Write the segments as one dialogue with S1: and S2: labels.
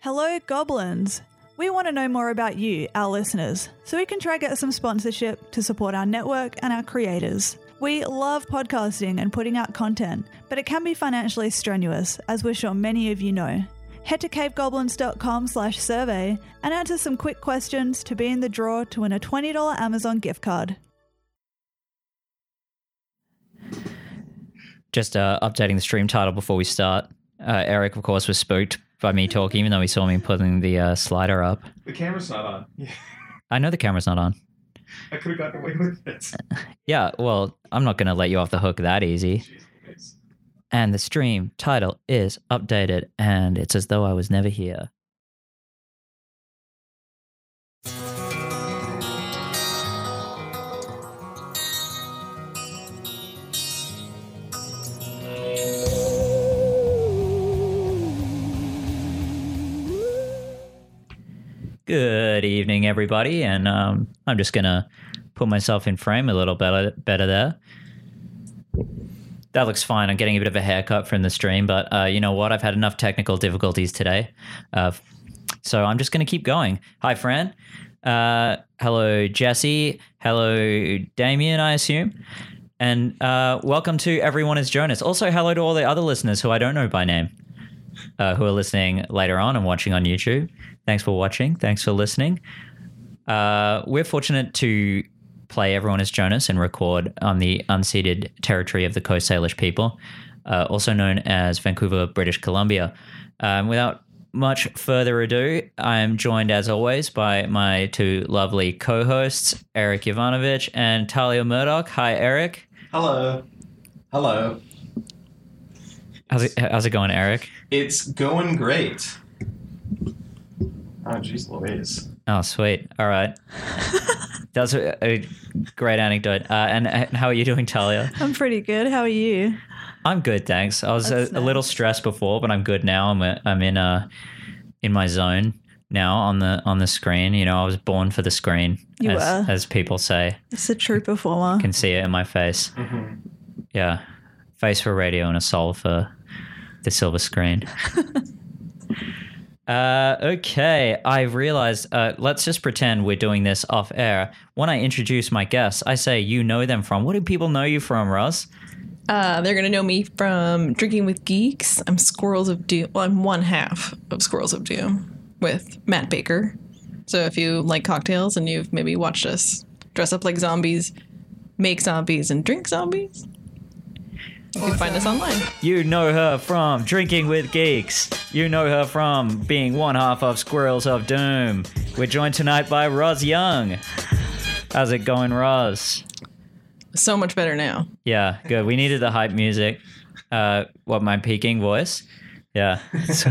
S1: Hello, goblins. We want to know more about you, our listeners, so we can try get some sponsorship to support our network and our creators. We love podcasting and putting out content, but it can be financially strenuous, as we're sure many of you know. Head to cavegoblins.com slash survey and answer some quick questions to be in the draw to win a $20 Amazon gift card.
S2: Just uh, updating the stream title before we start. Uh, Eric, of course, was spooked by me talking, even though he saw me putting the uh, slider up.
S3: The camera's not on. Yeah,
S2: I know the camera's not on.
S3: I could have gotten away with this.
S2: Yeah, well, I'm not going to let you off the hook that easy.
S3: Jeez.
S2: And the stream title is updated, and it's as though I was never here. Good evening, everybody, and um, I'm just gonna put myself in frame a little better, better there. That looks fine. I'm getting a bit of a haircut from the stream, but uh, you know what? I've had enough technical difficulties today, uh, so I'm just gonna keep going. Hi, Fran. Uh, hello, Jesse. Hello, Damien. I assume. And uh, welcome to everyone is Jonas. Also, hello to all the other listeners who I don't know by name uh, who are listening later on and watching on YouTube. Thanks for watching. Thanks for listening. Uh, we're fortunate to play Everyone is Jonas and record on the unceded territory of the Coast Salish people, uh, also known as Vancouver, British Columbia. Um, without much further ado, I am joined as always by my two lovely co hosts, Eric Ivanovich and Talia Murdoch. Hi, Eric.
S3: Hello. Hello.
S2: How's it, how's it going, Eric?
S3: It's going great. Oh, jeez Louise.
S2: Oh, sweet. All right. That's a, a great anecdote. Uh, and, and how are you doing, Talia?
S1: I'm pretty good. How are you?
S2: I'm good, thanks. I was a,
S1: That's
S2: a little stressed before, but I'm good now. I'm a, I'm in a, in my zone now on the on the screen. You know, I was born for the screen,
S1: You
S2: as,
S1: were.
S2: as people say.
S1: It's a true performer.
S2: Can see it in my face. Yeah, face for radio and a soul for the silver screen. Uh, okay, I've realized. Uh, let's just pretend we're doing this off air. When I introduce my guests, I say, "You know them from." What do people know you from, Ross?
S4: Uh, they're going to know me from Drinking with Geeks. I'm Squirrels of Doom. Well, I'm one half of Squirrels of Doom with Matt Baker. So if you like cocktails and you've maybe watched us dress up like zombies, make zombies, and drink zombies, you can find us online.
S2: You know her from Drinking with Geeks. You know her from being one half of Squirrels of Doom. We're joined tonight by Roz Young. How's it going, Roz?
S4: So much better now.
S2: Yeah, good. We needed the hype music. Uh, what my peaking voice? Yeah, So-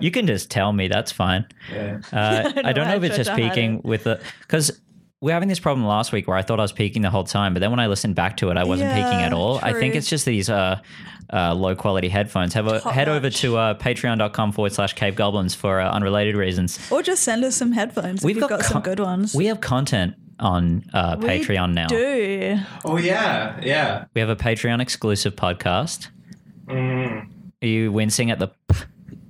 S2: you can just tell me. That's fine.
S3: Yeah.
S2: Uh, I don't know if
S1: I
S2: it's just
S1: tried to hide
S2: peaking with the because we are having this problem last week where I thought I was peaking the whole time, but then when I listened back to it, I wasn't peaking
S1: Yeah,
S2: at all. I think
S1: true.
S2: it's just these uh, uh, low quality headphones. Have a,
S1: Top
S2: head over
S1: notch.
S2: to uh, patreon.com forward slash cave goblins for uh, unrelated reasons.
S1: Or just send us some headphones. We've, if you've got, some
S2: con-
S1: good ones.
S2: We have content on uh,
S1: We
S2: Patreon now.
S1: do.
S3: Oh yeah, yeah.
S2: We have a Patreon exclusive podcast.
S3: Mm.
S2: Are you wincing at the?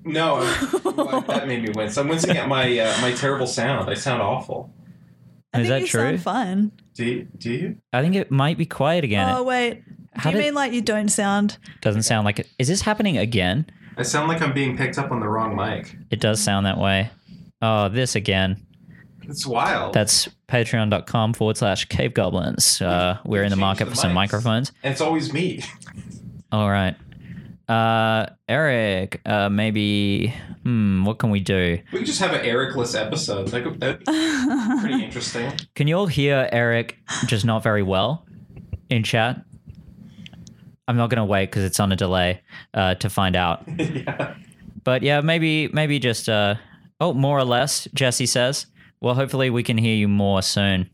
S3: No, I- that made me wince. I'm wincing at my uh, my terrible sound. I sound awful.
S1: I
S2: Is
S1: think
S2: that
S1: you
S2: true?
S1: sound fine.
S3: Do you, do you?
S2: I think it might be quiet again.
S1: Oh, wait.
S2: How
S1: do you
S2: did-
S1: mean like you don't sound?
S2: it doesn't sound like it. Is this happening again?
S3: I sound like I'm being picked up on the wrong mic.
S2: It does sound that way. Oh, this again.
S3: It's wild.
S2: That's patreon.com forward slash cave goblins. Uh, we're in the
S3: Change
S2: market
S3: the
S2: for some
S3: mics.
S2: microphones.
S3: and it's always me.
S2: All right. Uh, Eric, uh, maybe, hmm, what can we do?
S3: We could just have an Ericless episode. That could, that'd be pretty interesting.
S2: Can you all hear Eric just not very well in chat? I'm not going to wait because it's on a delay uh, to find out.
S3: yeah.
S2: But yeah, maybe maybe just uh oh, more or less, Jesse says. Well, hopefully we can hear you more soon.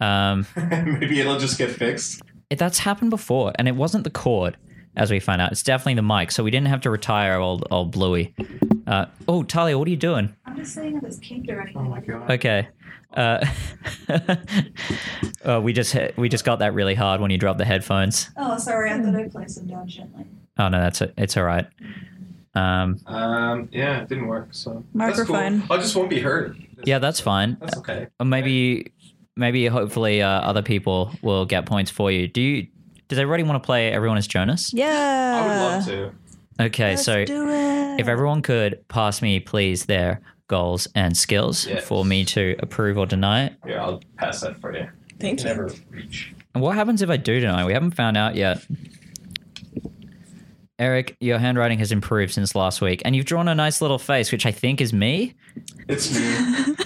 S2: Um
S3: Maybe it'll just get fixed.
S2: it- that's happened before and it wasn't the cord as we find out. It's definitely the mic, so we didn't have to retire old old Bluey. Uh oh, Talia, what are you doing?
S5: I'm just saying if it's kinked or anything.
S3: Oh my god.
S2: Okay. Uh, uh, we just hit, we just got that really hard when you dropped the headphones.
S5: Oh, sorry. I thought I placed them down gently.
S2: Oh no, that's it. It's all right. Um,
S3: Um, yeah, it didn't work. So
S1: Microphone.
S3: That's cool. I just won't be heard.
S2: yeah, that's fine.
S3: That's okay.
S2: Or maybe, maybe hopefully uh, other people will get points for you. Do you? Does everybody want to play? Everyone is Jonas.
S1: Yeah.
S3: I would love to.
S2: Okay,
S1: Let's
S2: so
S1: do it.
S2: if everyone could pass me, please, their goals and skills
S3: Yes.
S2: for me to approve or deny it.
S3: Here, I'll pass that for you. You
S4: Thank
S3: can
S4: you.
S3: never reach.
S2: And what happens if I do deny? We haven't found out yet. Eric, your handwriting has improved since last week, and you've drawn a nice little face, which I think is me.
S3: It's me.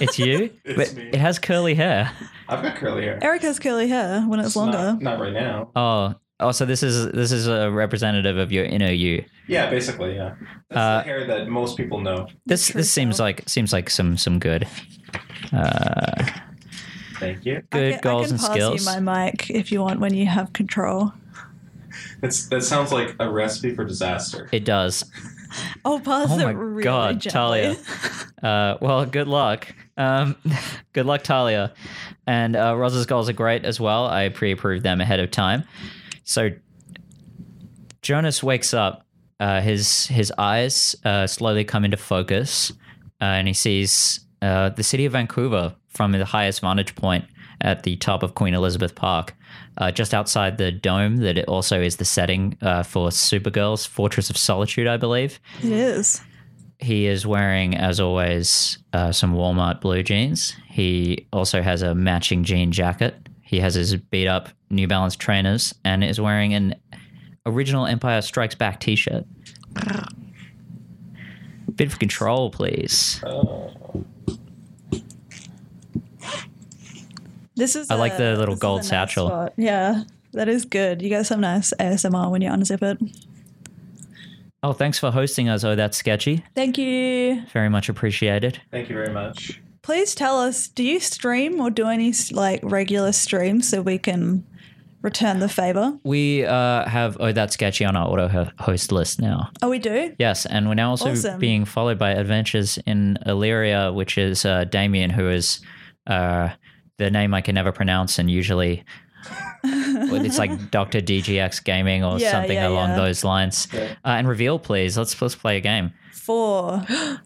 S2: It's you,
S3: It's
S2: but
S3: me.
S2: it has curly hair.
S3: I've got curly hair.
S1: Eric has curly hair when it's,
S3: Not-
S1: longer.
S3: Not, right now.
S2: Oh, oh, so this is this is a representative of your inner you.
S3: Yeah, basically, yeah. That's
S2: Uh,
S3: the hair that most people know.
S2: This
S1: True
S2: this seems
S1: self.
S2: like seems like some some good, uh,
S3: Thank you.
S1: I
S2: good
S1: can, I
S2: goals
S1: can
S2: and
S1: pass
S2: skills.
S1: you my mic if you want when you have control.
S3: That's that sounds like a recipe for disaster.
S2: it does.
S1: Oh, pass
S2: Oh
S1: it
S2: my
S1: really
S2: god,
S1: gently.
S2: Talia. Uh, well, good luck. Um, good luck, Talia. And uh, Roz's goals are great as well. I pre-approved them ahead of time. So Jonas wakes up. Uh, his his eyes uh, slowly come into focus, uh, and he sees uh, the city of Vancouver from the highest vantage point at the top of Queen Elizabeth Park, uh, just outside the dome that it also is the setting uh, for Supergirl's Fortress of Solitude, I believe
S1: It is.
S2: he is wearing, as always, uh, some Walmart blue jeans. He also has a matching jean jacket. He has his beat up New Balance trainers and is wearing an original Empire Strikes Back t shirt. Bit of control, please.
S1: This is.
S2: I like
S1: a-
S2: the
S1: this
S2: little
S1: is a
S2: gold
S1: nice
S2: satchel.
S1: spot. Yeah, that is good. You get some nice ASMR when you unzip it.
S2: Oh, thanks for hosting us. Oh, that's sketchy.
S1: Thank you.
S2: Very much appreciated.
S3: Thank you very much.
S1: Please tell us: Do you stream or do any like regular streams so we can return the favor?
S2: We uh, have Oh, that's sketchy on our auto ho- host list now.
S1: Oh, we do.
S2: Yes, and we're now also
S1: Awesome.
S2: being followed by Adventures in Illyria, which is uh, Damien, who is uh, the name I can never pronounce, and usually well, it's like Doctor DGX Gaming or
S1: Yeah,
S2: something
S1: yeah,
S2: along
S1: yeah.
S2: those lines.
S3: Okay.
S2: Uh, and reveal, please. Let's let's play a game.
S1: Four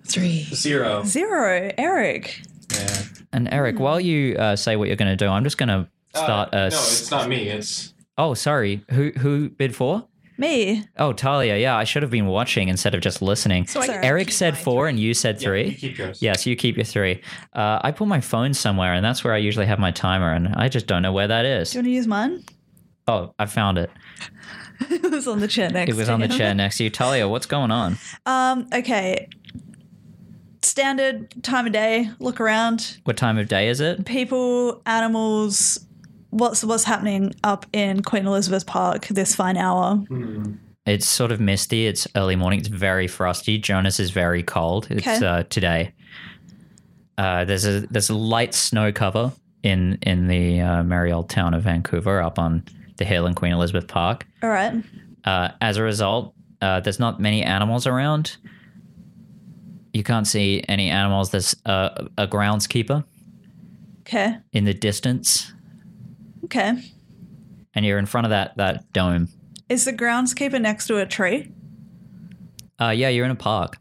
S4: Three.
S3: Zero.
S1: zero. Eric.
S3: Yeah.
S2: And
S1: Hmm.
S2: Eric, while you uh, say what you're going to do, I'm just going to
S3: Uh,
S2: start.
S3: no,
S2: a s-
S3: it's not me. It's
S2: oh, sorry. Who who bid for?
S1: Me.
S2: Oh, Talia. Yeah, I should have been watching instead of just listening.
S4: So I
S1: Sorry.
S2: Eric
S4: keep
S2: said
S4: mine.
S2: four, and you said
S3: yeah,
S2: three.
S3: you keep yours.
S2: Yeah, so you keep your three. Uh, I put my phone somewhere, and that's where I usually have my timer, and I just don't know where that is.
S1: Do you want to use mine?
S2: Oh, I found it.
S1: it was on the chair next.
S2: It was
S1: to
S2: on the
S1: him.
S2: chair next to you. Talia, what's going on?
S1: Um. Okay. Standard time of day. Look around.
S2: What time of day is it?
S1: people, animals, what's what's happening up in Queen Elizabeth Park this fine hour.
S3: Hmm.
S2: It's sort of misty. It's early morning. It's very frosty. Jonas is very cold. It's
S1: Okay.
S2: uh, today. Uh, there's a there's a light snow cover in in the uh, merry old town of Vancouver, up on the hill in Queen Elizabeth Park.
S1: All right.
S2: Uh, as a result, uh, there's not many animals around. You can't see any animals. There's uh, a groundskeeper
S1: Okay.
S2: in the distance,
S1: Okay.
S2: and you're in front of that that dome.
S1: Is the groundskeeper next to a tree?
S2: Uh, yeah, you're in a park.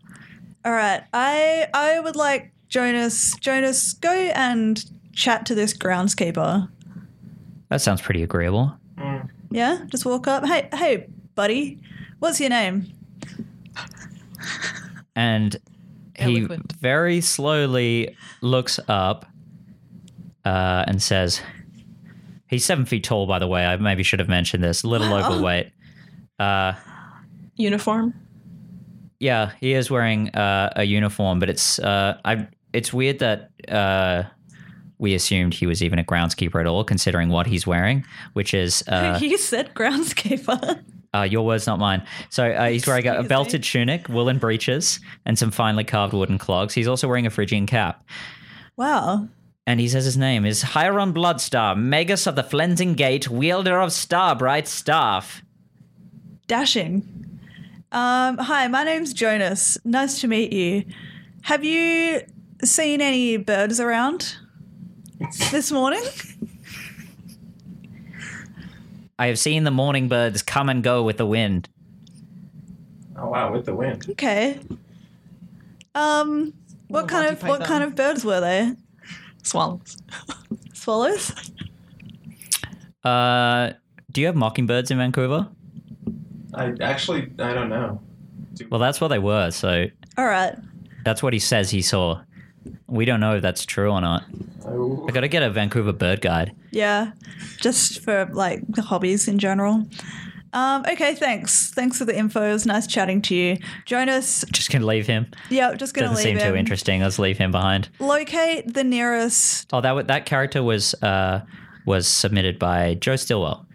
S1: All right. I I would like Jonas Jonas go and chat to this groundskeeper.
S2: That sounds pretty agreeable.
S1: Yeah? Just walk up. Hey, hey, buddy. What's your name?
S2: And he
S4: Eloquent.
S2: very slowly looks up uh, and says, "He's seven feet tall, by the way. I maybe should have mentioned this. A little
S1: Wow.
S2: overweight. Uh,
S4: Uniform.
S2: Yeah, he is wearing uh, a uniform, but it's uh, I. It's weird that uh, we assumed he was even a groundskeeper at all, considering what he's wearing, which is uh,
S1: you said groundskeeper.
S2: uh, your words, not mine. So uh, he's wearing a, a
S1: Excuse me.
S2: belted tunic, woolen breeches, and some finely carved wooden clogs. He's also wearing a Phrygian cap.
S1: wow.
S2: And he says his name is Hiron Bloodstar, Magus of the Flensing Gate, wielder of Starbright Staff.
S1: Dashing. Um, hi, my name's Jonas. Nice to meet you. Have you seen any birds around this morning?
S2: I have seen the morning birds come and go with the wind.
S3: Oh wow, with the wind.
S1: Okay. Um, what
S4: Little
S1: kind of what
S4: Monty
S1: kind
S4: Python.
S1: of birds were they?
S4: Swallows.
S1: Swallows?
S2: Uh, do you have mockingbirds in Vancouver?
S3: I actually I don't know.
S2: Well, that's what they were. So
S1: All right.
S2: that's what he says he saw. We don't know if that's true or not.
S3: Oh,
S2: I gotta get a Vancouver bird guide.
S1: Yeah. Just for like hobbies in general. Um, okay, thanks. Thanks for the info. It was nice chatting to you. Jonas,
S2: Just gonna leave him.
S1: yeah, just gonna
S2: Doesn't
S1: leave
S2: seem
S1: him.
S2: too interesting. Let's leave him behind.
S1: Locate the nearest
S2: Oh, that wa- that character was uh was submitted by Joe Stillwell.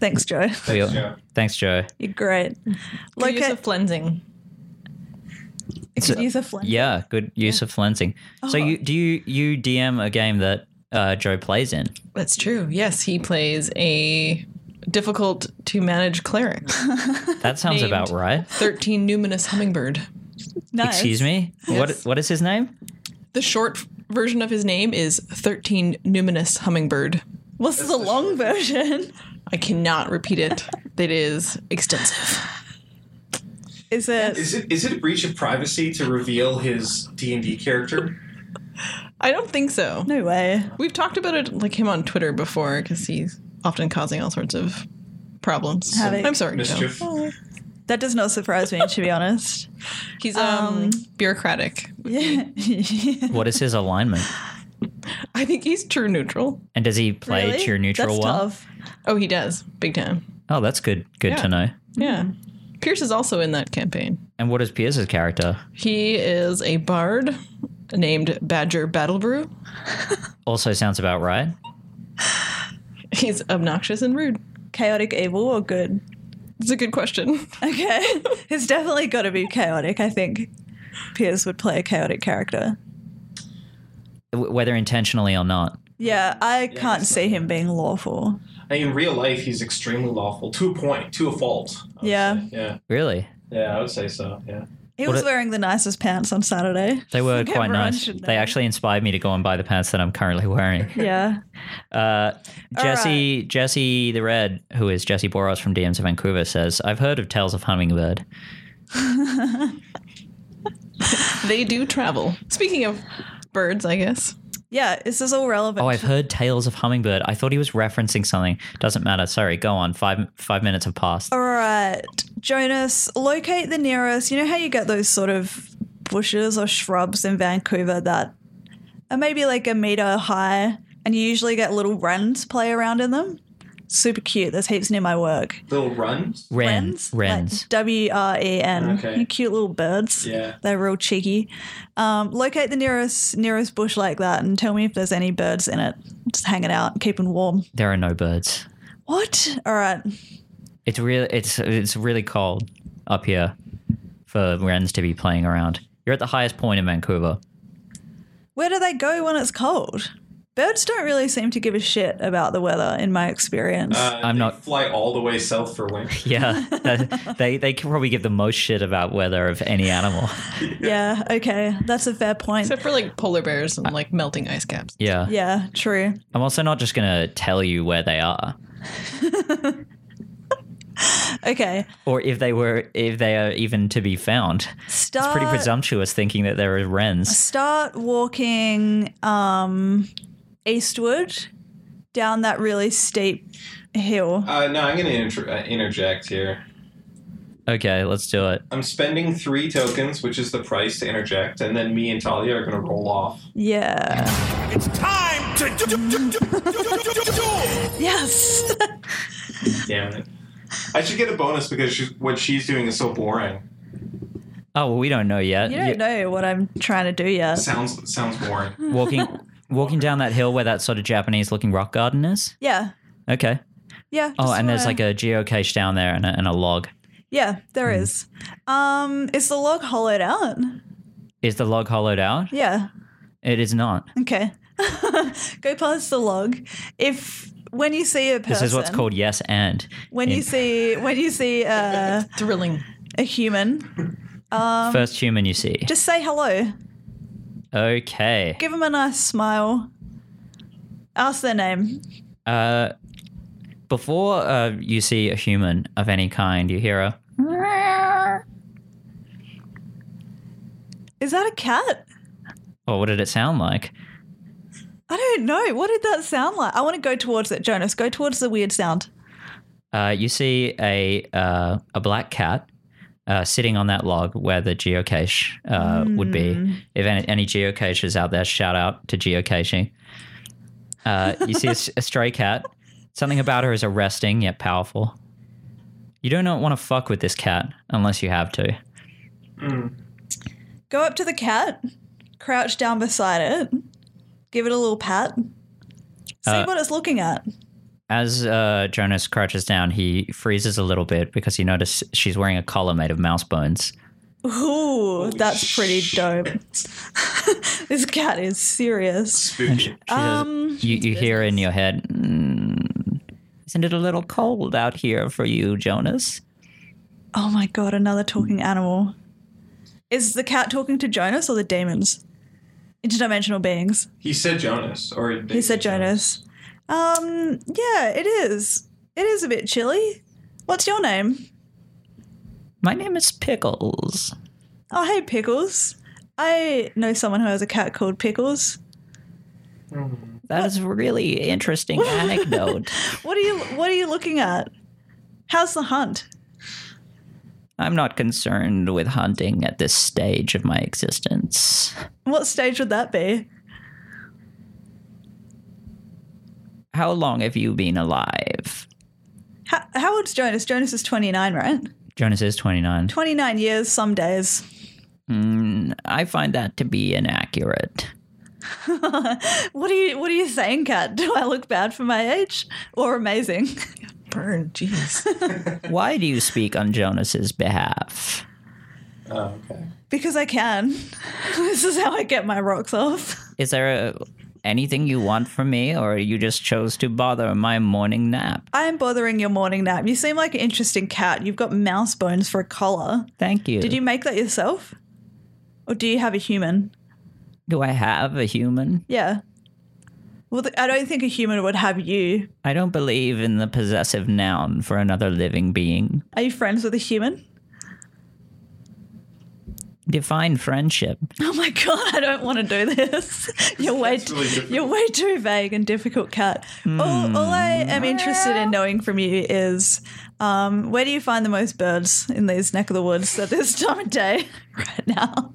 S1: Thanks, Joe.
S2: Thanks,
S3: Joe.
S2: Thanks, Joe.
S1: You're great.
S4: Like use
S1: Locate
S4: of flensing.
S1: could use a flint.
S2: Yeah, good use of flensing. So
S1: Oh.
S2: you do you you DM a game that uh, Joe plays in?
S4: That's true. Yes, he plays a difficult to manage cleric.
S2: That sounds
S4: Named.
S2: about right.
S4: 13 numinous hummingbird.
S1: Nice.
S2: Excuse me. What
S4: Yes.
S2: what is his name?
S4: The short version of his name is 13 numinous hummingbird.
S1: What's the long version?
S4: I cannot repeat it. It is extensive.
S1: Is it
S3: Is it is it a breach of privacy to reveal his D and D character?
S4: I don't think so.
S1: no way.
S4: We've talked about it like him on Twitter before because he's often causing all sorts of problems.
S1: Havoc.
S4: I'm sorry, Joe.
S3: Mischief.
S1: That does not surprise me, to be honest.
S4: He's um, bureaucratic.
S1: Yeah.
S2: What is his alignment?
S4: I think he's true neutral.
S2: And does he play
S1: Really?
S2: true neutral
S1: That's
S2: well?
S1: tough.
S4: Oh, he does, big time.
S2: Oh, that's good. Good
S4: Yeah.
S2: to know.
S4: Yeah. Pierce is also in that campaign.
S2: And what is Pierce's character?
S4: He is a bard named Badger Battlebrew.
S2: Also sounds about right.
S4: He's obnoxious and rude.
S1: Chaotic evil or good?
S4: It's a good question.
S1: Okay. it's definitely got to be chaotic. I think Piers would play a chaotic character.
S2: W- whether intentionally or not.
S1: Yeah, I can't
S3: that's
S1: see him being lawful.
S3: I mean, in real life, he's extremely lawful to a point, to a fault. I would
S1: Yeah.
S3: say. yeah,
S2: Really,
S3: yeah. I would say so. Yeah.
S1: He
S2: What
S1: was
S2: a-
S1: wearing the nicest pants on Saturday.
S2: they were
S1: Like,
S2: quite
S1: everyone
S2: nice.
S1: should
S2: They
S1: know.
S2: actually inspired me to go and buy the pants that I'm currently wearing.
S1: Yeah.
S2: Uh,
S1: All
S2: Jesse Jesse the Red, who is Jesse Boros from DMs of Vancouver, says, "I've heard of Tales of Hummingbird."
S4: They do travel. Speaking of birds, I guess.
S1: Yeah, this is all relevant.
S2: Oh, I've heard Tales of Hummingbird. I thought he was referencing something. Doesn't matter. Sorry, go on. Five five minutes have passed.
S1: All right, Jonas, locate the nearest. You know how you get those sort of bushes or shrubs in Vancouver that are maybe like a meter high, and you usually get little wrens play around in them? Super cute. There's heaps near my work.
S3: Little runs.
S2: Wrens, wrens.
S1: W R E N.
S3: Okay.
S1: You Cute little birds.
S3: Yeah.
S1: They're real cheeky. Um, locate the nearest nearest bush like that and tell me if there's any birds in it. Just hanging out, keeping warm.
S2: There are no birds.
S1: What? All right.
S2: It's really it's it's really cold up here for wrens to be playing around. You're at the highest point in Vancouver.
S1: Where do they go when it's cold? Birds don't really seem to give a shit about the weather, in my experience.
S3: Uh,
S2: I'm
S3: they
S2: not-
S3: fly all the way south for winter.
S2: Yeah, that- they they can probably give the most shit about weather of any animal.
S1: yeah, okay, that's a fair point.
S4: Except for like polar bears and like melting ice caps.
S2: Yeah.
S1: yeah, true.
S2: I'm also not just gonna tell you where they are,
S1: Okay,
S2: or if they were, if they are even to be found. It's
S1: start
S2: pretty presumptuous thinking that there are wrens.
S1: start walking um, eastward down that really steep hill.
S3: Uh, no, I'm going to inter- uh, interject here.
S2: Okay, let's do it.
S3: I'm spending three tokens, which is the price to interject, and then me and Talia are going to roll off.
S1: Yeah.
S6: It's time to do, do, do, do, do, do, do, do.
S1: Yes.
S3: Damn it. I should get a bonus because she's, what she's doing is so boring.
S2: Oh well, we don't know yet.
S1: you don't know what I'm trying to do yet.
S3: Sounds sounds boring.
S2: Walking, walking down that hill where that sort of Japanese-looking rock garden is.
S1: Yeah.
S2: Okay.
S1: Yeah.
S2: Oh,
S1: just
S2: and there's
S1: wanna-
S2: like a Hmm. geocache down there and a, and a log.
S1: Yeah, there is. Um, is the log hollowed out?
S2: Is the log hollowed out?
S1: Yeah.
S2: It is not.
S1: Okay. Go past the log. If when you see a person,
S2: This is what's called yes and.
S1: when you
S2: in-
S1: see when you see uh,
S4: Thrilling.
S1: a human,
S2: First human you see.
S1: Um, just say hello.
S2: Okay.
S1: Give them a nice smile. Ask their name.
S2: Uh, before uh, you see a human of any kind, you hear a
S1: Is that a cat?
S2: Or what did it sound like?
S1: I don't know. What did that sound like? I want to go towards it, Jonas. Go towards the weird sound.
S2: Uh, you see a uh, a black cat uh, sitting on that log where the geocache uh, would be. If any, any geocaches out there, shout out to geocaching. Uh, you see a, s- a stray cat. Something about her is arresting yet powerful. You do not want to fuck with this cat unless you have to.
S1: Go up to the cat, crouch down beside it, give it a little pat, see
S2: Uh,
S1: what it's looking at.
S2: As uh, Jonas crouches down, he freezes a little bit because you notice she's wearing a collar made of mouse bones.
S1: Ooh, that's pretty
S3: shit.
S1: dope. this cat is serious.
S3: Spooky.
S2: She says- you, you hear in your head, "Mm, isn't it a little cold out here for you, Jonas?
S1: Oh my god, another talking animal. Is the cat talking to Jonas or the demons? Interdimensional beings.
S3: He said Jonas, or
S1: He said Jonas. Um, yeah, it is. It is a bit chilly. What's your name?
S2: My name is Pickles.
S1: Oh, hey, Pickles. I know someone who has a cat called Pickles.
S2: That is a really interesting anecdote.
S1: What are you What are you looking at? How's the hunt?
S2: I'm not concerned with hunting at this stage of my existence.
S1: What stage would that be?
S2: How long have you been alive?
S1: How, how old's Jonas? Jonas is twenty nine, right?
S2: Jonas is 29.
S1: Twenty nine years, some days.
S2: Hmm, I find that to be inaccurate.
S1: What are you What are you saying, cat? Do I look bad for my age or amazing?
S4: Burn, jeez.
S2: Why do you speak on Jonas's behalf?
S3: Oh, okay.
S1: because I can. this is how I get my rocks off.
S2: Is there a, anything you want from me, or you just chose to bother my morning nap?
S1: I am bothering your morning nap. You seem like an interesting cat. You've got mouse bones for a collar.
S2: Thank you.
S1: Did you make that yourself? Or do you have a human?
S2: Do I have a human?
S1: Yeah. Well, th- I don't think a human would have you.
S2: I don't believe in the possessive noun for another living being.
S1: Are you friends with a human?
S2: Define friendship.
S1: Oh my god, I don't want to do this. You're way
S3: That's really difficult.
S1: you're way too vague and difficult, cat. All, all I am interested in knowing from you is um, where do you find the most birds in these neck of the woods at this time of day right now?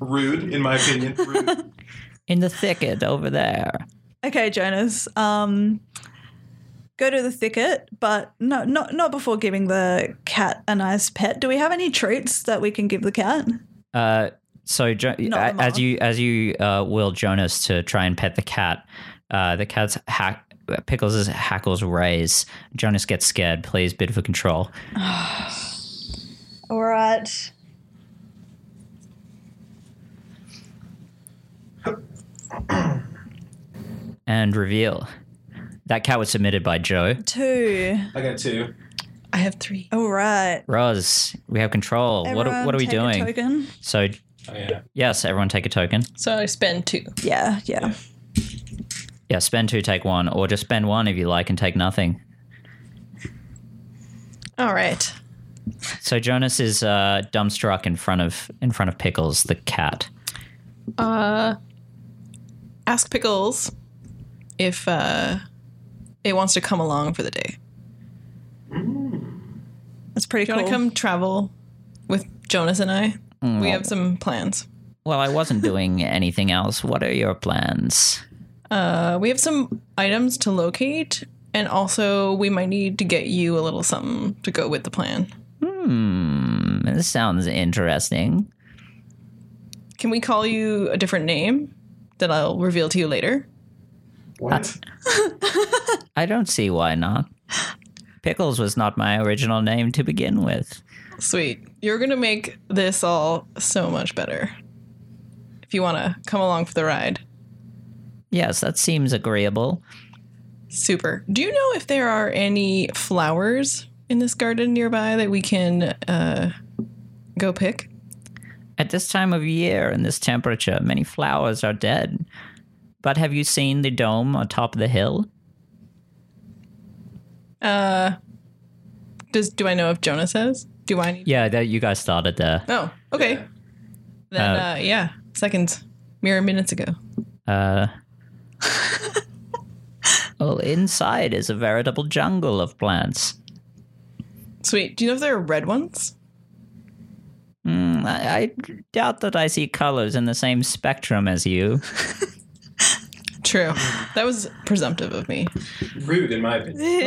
S3: Rude, in my opinion. Rude.
S2: In the thicket over there.
S1: Okay, Jonas. Um, go to the thicket, but no, not not before giving the cat a nice pet. Do we have any treats that we can give the cat?
S2: Uh, so jo-
S1: Not
S2: as you as you uh, will Jonas to try and pet the cat, uh, the cat's hack. Pickles' hackles raise. Jonas gets scared. Please bid for control.
S1: All right.
S2: and reveal. That cat was submitted by Joe.
S1: Two.
S3: I got two.
S4: I have three.
S1: All right.
S2: Roz, we have control. What are,
S1: Everyone
S2: what are we
S1: take a
S2: doing?
S1: token.
S2: So,
S3: Oh, yeah.
S2: yes, everyone take a token.
S4: So I spend two.
S1: Yeah, yeah.
S2: Yeah, spend two, take one, or just spend one if you like and take nothing.
S4: All right.
S2: So Jonas is uh, dumbstruck in front of in front of Pickles the cat.
S4: Uh, ask Pickles if uh, it wants to come along for the day.
S1: That's pretty
S4: Do you
S1: cool.
S4: want to come travel with Jonas and I? We have some plans.
S2: Well, I wasn't doing anything else. What are your plans?
S4: Uh, we have some items to locate, and also we might need to get you a little something to go with the plan.
S2: Hmm, this sounds interesting.
S4: Can we call you a different name that I'll reveal to you later?
S3: What?
S2: I don't see why not. Pickles was not my original name to begin with.
S4: Sweet. You're going to make this all so much better. If you want to come along for the ride.
S2: Yes, that seems agreeable.
S4: Super. Do you know if there are any flowers in this garden nearby that we can uh, go pick?
S2: At this time of year and this temperature, many flowers are dead. But have you seen the dome atop the hill?
S4: Does do I know if Jonas has? Do I need?
S2: Yeah, that you guys started there.
S4: Oh, okay. Then, uh, yeah, seconds, mere minutes ago.
S2: Uh, well, inside is a veritable jungle of plants.
S4: Sweet. Do you know if there are red ones?
S2: Mm, I, I doubt that I see colors in the same spectrum as you.
S4: True. That was presumptive of me,
S3: Rude, in my opinion.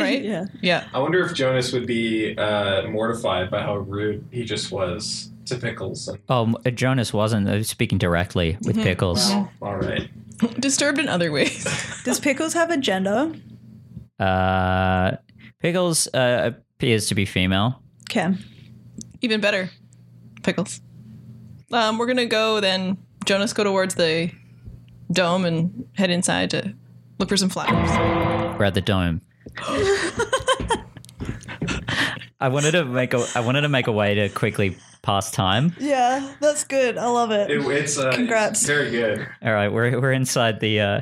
S4: right?
S1: yeah.
S4: Yeah.
S3: I wonder if Jonas would be uh, mortified by how rude he just was to Pickles. And,
S2: Oh, M- Jonas wasn't uh, speaking directly with Pickles.
S3: well, all right.
S4: Disturbed in other ways.
S1: Does Pickles have a gender?
S2: Uh, Pickles uh, appears to be female.
S1: Okay.
S4: Even better. Pickles. Um, we're gonna go then. Jonas, go towards the dome and head inside to look for some flowers.
S2: We're at the dome. I wanted to make a I wanted to make a way to quickly pass time.
S1: Yeah, that's good. I love
S3: It, it's, uh,
S1: Congrats.
S3: it's very good.
S2: All right, we're we're inside the. Uh,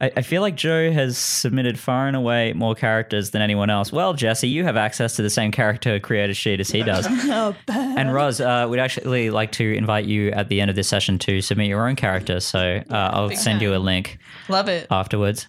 S2: I, I feel like Joe has submitted far and away more characters than anyone else. Well, Jesse, you have access to the same character creator sheet as he does.
S1: Oh,
S2: And Roz, uh, we'd actually like to invite you at the end of this session to submit your own character. So uh, I'll send you a link
S4: Love it.
S2: afterwards.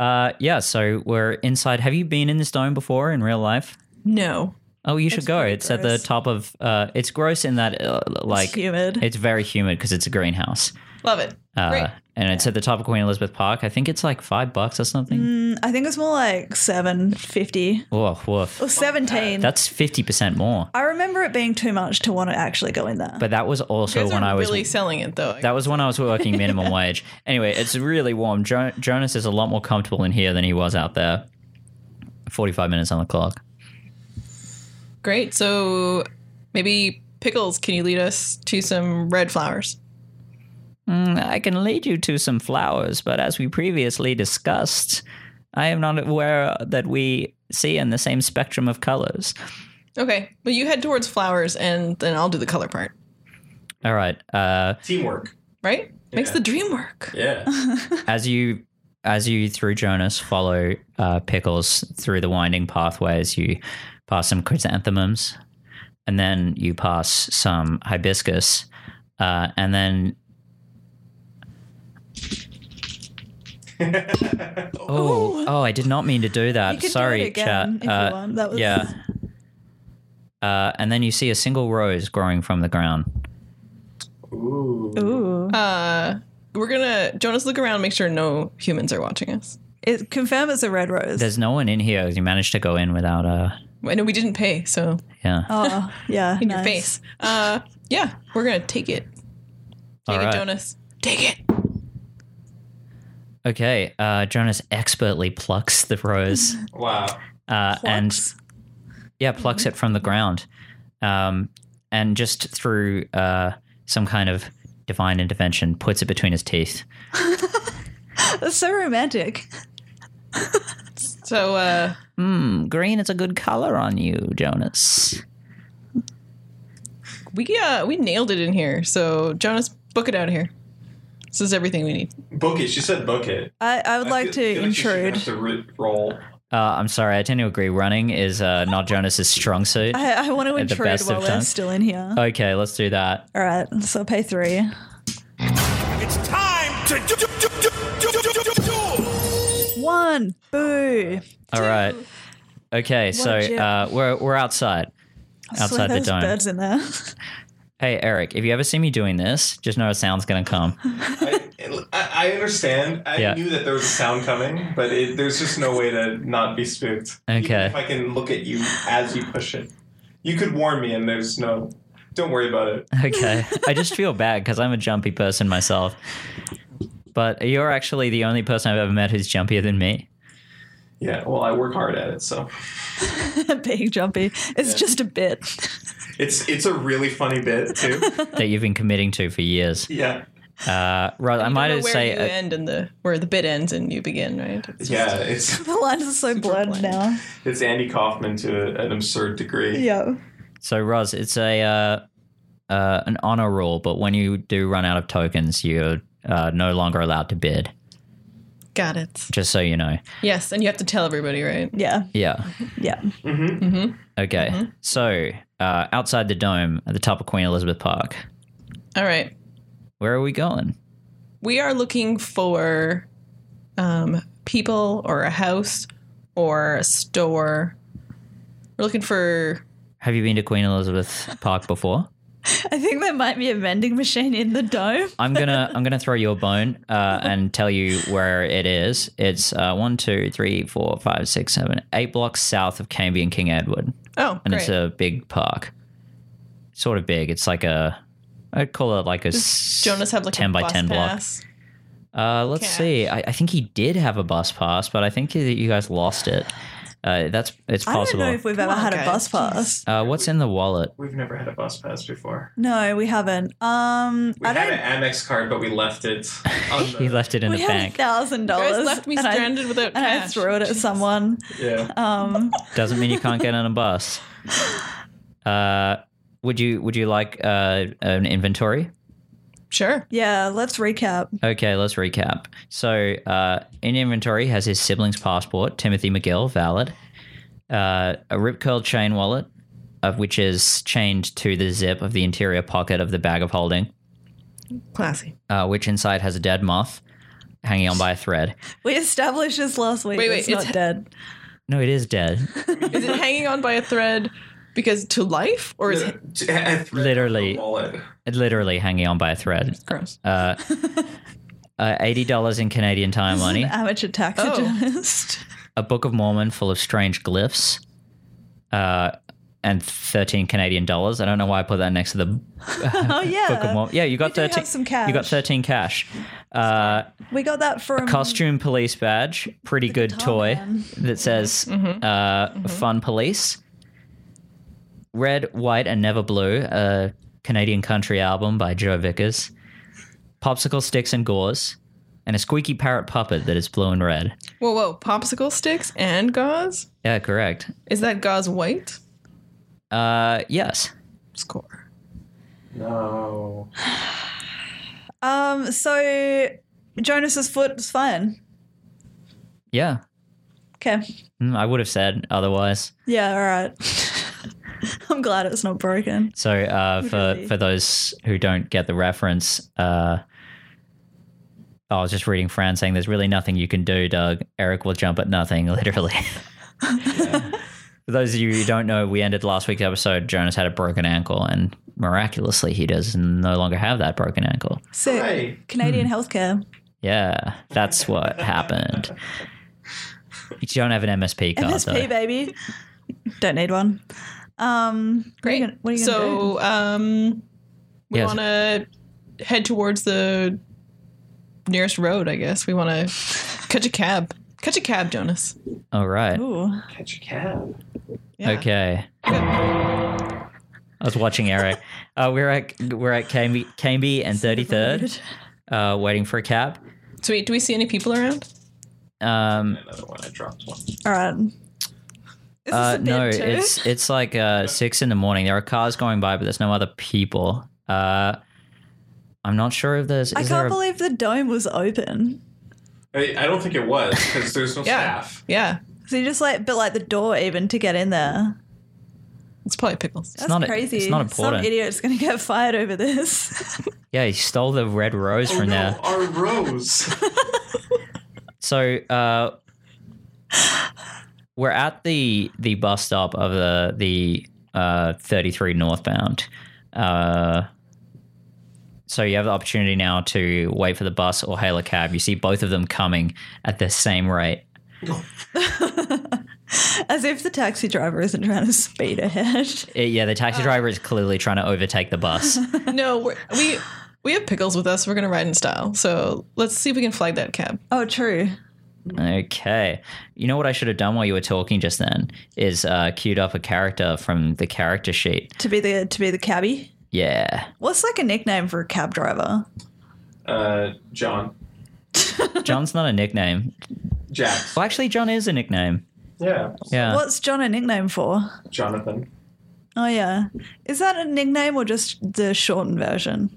S2: Uh, yeah, so we're inside. Have you been in this dome before in real life?
S4: No.
S2: Oh, you should go.
S1: pretty
S2: It's at the
S1: gross.
S2: top of. Uh, it's gross in that uh, like
S1: humid.
S2: It's very humid because it's a greenhouse.
S4: Love it.
S2: Uh,
S4: Great.
S2: And it's at the top of Queen Elizabeth Park. I think it's like five bucks or something.
S4: Mm.
S1: I think it's more like seven fifty
S2: Oh, woof.
S1: or seventeen.
S2: That's fifty percent more.
S1: I remember it being too much to want to actually go in there.
S2: But that was
S4: You
S2: also
S4: guys
S2: when
S4: are
S2: I was
S4: really selling it though.
S2: that was when I was working minimum wage. Anyway, it's really warm. Jo- Jonas is a lot more comfortable in here than he was out there. Forty-five minutes on the clock.
S4: Great. So maybe Pickles, can you lead us to some red flowers?
S2: Mm, I can lead you to some flowers, but as we previously discussed, I am not aware that we see in the same spectrum of colors.
S4: Okay. Well, you head towards flowers and then I'll do the color part,
S2: All right. Uh,
S3: Teamwork.
S4: right? Makes
S3: Yeah.
S4: the dream work.
S3: Yeah.
S2: as you as you through Jonas follow uh, Pickles through the winding pathways, you pass some chrysanthemums, and then you pass some hibiscus, uh, and then. oh, oh! I did not mean to do that.
S1: You could do
S2: Uh, Sorry,
S1: it
S2: chat.
S1: again if you
S2: Uh,
S1: want. That was-
S2: yeah. Uh, and then you see a single rose growing from the ground.
S3: Ooh.
S1: Ooh.
S4: Uh, we're gonna Jonas look around, make sure no humans are watching us.
S1: It confirm it's a red rose.
S2: There's no one in here. You managed to go in without uh,
S4: I know we didn't pay, so
S2: yeah.
S1: oh, yeah.
S4: in
S1: nice.
S4: your face. Uh, yeah, we're gonna take it.
S2: All
S4: Take it,
S2: right.
S4: Jonas. Take it.
S2: Okay, uh, Jonas expertly plucks the rose
S3: Wow.
S2: uh, and yeah, plucks it from the ground, um, and just through uh, some kind of divine intervention, puts it between his teeth.
S1: That's so romantic.
S4: So uh,
S2: Mm, green is a good color on you, Jonas.
S4: we uh, we nailed it in here. So Jonas, book it out of here. This is everything we need.
S3: Book it. She said book it.
S1: I, I would like
S3: feel-
S1: to
S3: feel she's gonna
S1: intrude.
S3: have to ro- roll.
S2: Uh, I'm sorry, I tend to agree. Running is uh, not Jonas's strong suit.
S1: I, I want to
S2: At the
S1: intrude
S2: best of
S1: while we're
S2: times. Uh,
S1: still in here.
S2: Okay, let's do that.
S1: All right, so pay three.
S6: It's time to do, do, do, do, do, do, do, do, do.
S1: One, boo.
S2: All right. Okay, so
S1: a gem.
S2: uh, we're we're outside.
S1: I swear
S2: Outside the
S1: there's
S2: dome.
S1: birds in there.
S2: Hey Eric, if you ever see me doing this, just know a sound's gonna come.
S3: I, I I understand. I
S2: Yeah.
S3: knew that there was a sound coming, but it, there's just no way to not be spooked. Even
S2: Okay.
S3: if I can look at you as you push it, you could warn me, and there's no. Don't worry about it.
S2: Okay. I just feel bad because I'm a jumpy person myself. But you're actually the only person I've ever met who's jumpier than me.
S3: Yeah. Well, I work hard at it, so
S1: Being jumpy. It's just a bit.
S3: it's it's a really funny bit too.
S2: That you've been committing to for years.
S3: Yeah.
S2: Uh, right, I
S4: You
S2: might
S4: don't know
S2: as
S4: where
S2: say
S4: you
S2: uh,
S4: end and the where the bit ends and you begin, right? It's
S3: Yeah. It's
S1: The lines are so blurred
S4: blank.
S1: now.
S3: it's Andy Kaufman to an absurd degree.
S1: Yeah.
S2: so. Roz, it's a uh, uh, an honor rule, but when you do run out of tokens, you're uh, no longer allowed to bid.
S4: Got it.
S2: Just so you know.
S4: Yes, and you have to tell everybody, right?
S1: Yeah.
S2: Yeah.
S1: Yeah.
S4: Mm-hmm.
S2: Okay. So uh, outside the dome at the top of Queen Elizabeth Park,
S4: All right.
S2: Where are we going?
S4: We are looking for um, people or a house or a store. We're looking for.
S2: Have you been to Queen Elizabeth Park before?
S1: I think there might be a vending machine in the dome.
S2: I'm gonna I'm gonna throw you a bone uh, and tell you where it is. It's uh, one, two, three, four, five, six, seven, eight blocks south of Cambie and King Edward,
S4: Oh,
S2: and
S4: great.
S2: it's a big park. Sort of big. It's like a I'd call it like a s-
S4: Jonas have like
S2: ten
S4: a
S2: by
S4: bus
S2: ten block.
S4: pass.
S2: Uh, let's
S4: Cash.
S2: see. I, I think he did have a bus pass, but I think that you guys lost it. Uh, that's it's
S1: I don't
S2: possible.
S1: know if we've
S4: Come
S1: ever
S4: on,
S1: had a bus
S4: guys.
S1: pass.
S2: uh, what's in the wallet?
S3: We've never had a bus pass before.
S1: No, we haven't. Um,
S3: We
S1: I
S3: had
S1: don't.
S3: an Amex card, but we left it on
S2: He
S3: the.
S2: left it in
S1: We
S2: the
S1: had a
S2: bank.
S1: thousand
S4: You
S1: dollars.
S4: guys left me
S1: and I-
S4: stranded without
S1: and I
S4: cash.
S1: threw it at someone.
S3: yeah.
S1: Um,
S2: Doesn't mean you can't get on a bus. Uh, would you Would you like uh, an inventory?
S4: Sure.
S1: yeah, let's recap.
S2: Okay, let's recap. So, uh, in inventory has his sibling's passport, Timothy McGill, valid, uh, a rip curl chain wallet, of which is chained to the zip of the interior pocket of the bag of holding,
S4: Classy.
S2: uh, which inside has a dead moth hanging on by a thread.
S1: We established this last week.
S4: Wait, wait,
S1: it's not
S4: it's-
S1: dead.
S2: No, it is dead.
S4: Is it hanging on by a thread because to life or is it
S2: Literally.
S3: Wallet.
S2: Literally hanging on by a thread.
S4: gross?
S2: Uh, uh, Eighty dollars in Canadian time money.
S1: Amateur
S4: Oh.
S1: taxidermist.
S2: a Book of Mormon full of strange glyphs, uh, and thirteen Canadian dollars. I don't know why I put that next to the
S1: Oh, yeah.
S2: Book of Mormon. Yeah, you got
S1: We do have
S2: thirteen.
S1: some cash.
S2: You got thirteen cash. Uh,
S1: We got that from
S2: costume police badge, pretty good
S1: guitar
S2: toy
S1: man.
S2: that says Uh, "Fun Police." Red, white, and never blue. A Canadian country album by Joe Vickers. Popsicle sticks and gauze, and a squeaky parrot puppet that is blue and red.
S4: Whoa, whoa! Popsicle sticks and gauze.
S2: Yeah, correct.
S4: Is that gauze white?
S2: Uh, yes.
S4: Score.
S1: Oh,
S3: No.
S1: Um, so Jonas's foot is fine.
S2: Yeah.
S1: Okay.
S2: Mm, I would have said otherwise.
S1: Yeah, all right. I'm glad it's not broken.
S2: So uh, for
S1: Really?
S2: for those who don't get the reference, uh, I was just reading Fran saying there's really nothing you can do, Doug. Eric will jump at nothing, literally. For those of you who don't know, we ended last week's episode. Jonas had a broken ankle, and miraculously, he does no longer have that broken ankle.
S1: So
S3: Hey.
S1: Canadian
S2: Hmm.
S1: healthcare.
S2: Yeah, that's what happened. You don't have an MSP card,
S1: MSP
S2: though.
S1: baby. Don't need one. Um
S4: Great.
S1: what are you gonna
S4: so, um, we
S2: Yes.
S4: want to head towards the nearest road. I guess we want to catch a cab. Catch a cab, Jonas.
S2: All right.
S1: do? Ooh.
S3: Catch a cab.
S4: Yeah.
S2: Okay.
S4: Good.
S2: I was watching Eric. uh, we're at we're at Cambie, Cambie and Thirty Third, uh, waiting for a cab.
S4: So, wait, do we see any people around?
S2: Um,
S3: Another one. I dropped one.
S1: All right. Is this
S2: uh,
S1: a bit
S2: no,
S1: too?
S2: it's it's like uh, six in the morning. There are cars going by, but there's no other people. Uh, I'm not sure if there's. Is
S1: I
S2: there
S1: can't
S2: a,
S1: believe the dome was open.
S3: I, I don't think it was because there's no
S4: Yeah.
S3: staff.
S4: Yeah.
S1: So you just like but like the door even to get in there.
S4: It's probably pickles.
S1: That's
S2: not a-
S1: crazy.
S2: it's not
S1: Some
S2: important.
S1: idiot's gonna get fired over this.
S2: yeah, he stole the red rose
S3: Oh
S2: from
S3: no,
S2: there.
S3: our rose.
S2: So uh, we're at the the bus stop of the the uh, 33 northbound. Uh, so you have the opportunity now to wait for the bus or hail a cab. You see both of them coming at the same rate.
S1: As if the taxi driver isn't trying to speed ahead.
S2: Uh, yeah, the taxi driver is clearly trying to overtake the bus.
S4: no, we're, we we have pickles with us. We're gonna ride in style. So let's see if we can flag that cab.
S1: Oh true.
S2: okay, you know what I should have done while you were talking just then is uh, queued up a character from the character sheet.
S1: To be the to be the cabbie.
S2: Yeah,
S1: What's like a nickname for a cab driver?
S3: Uh, John.
S2: John's not a nickname.
S3: Jack.
S2: Well, actually, John is a nickname.
S3: Yeah.
S2: Yeah.
S1: What's John a nickname for?
S3: Jonathan.
S1: Oh yeah. Is that a nickname or just the shortened version?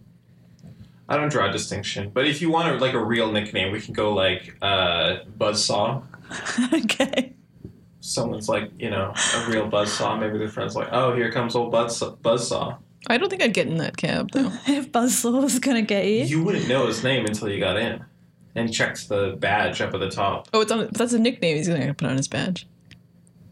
S3: I don't draw a distinction, but if you want a, like a real nickname, we can go like uh, Buzzsaw.
S1: okay.
S3: Someone's like, you know, a real Buzzsaw. Maybe their friend's like, oh, here comes old buzz Buzzsaw.
S4: I don't think I'd get in that cab though.
S1: If Buzzsaw was gonna get you,
S3: You wouldn't know his name until you got in and checked the badge up at the top,
S4: Oh, it's on. That's a nickname he's gonna put on his badge.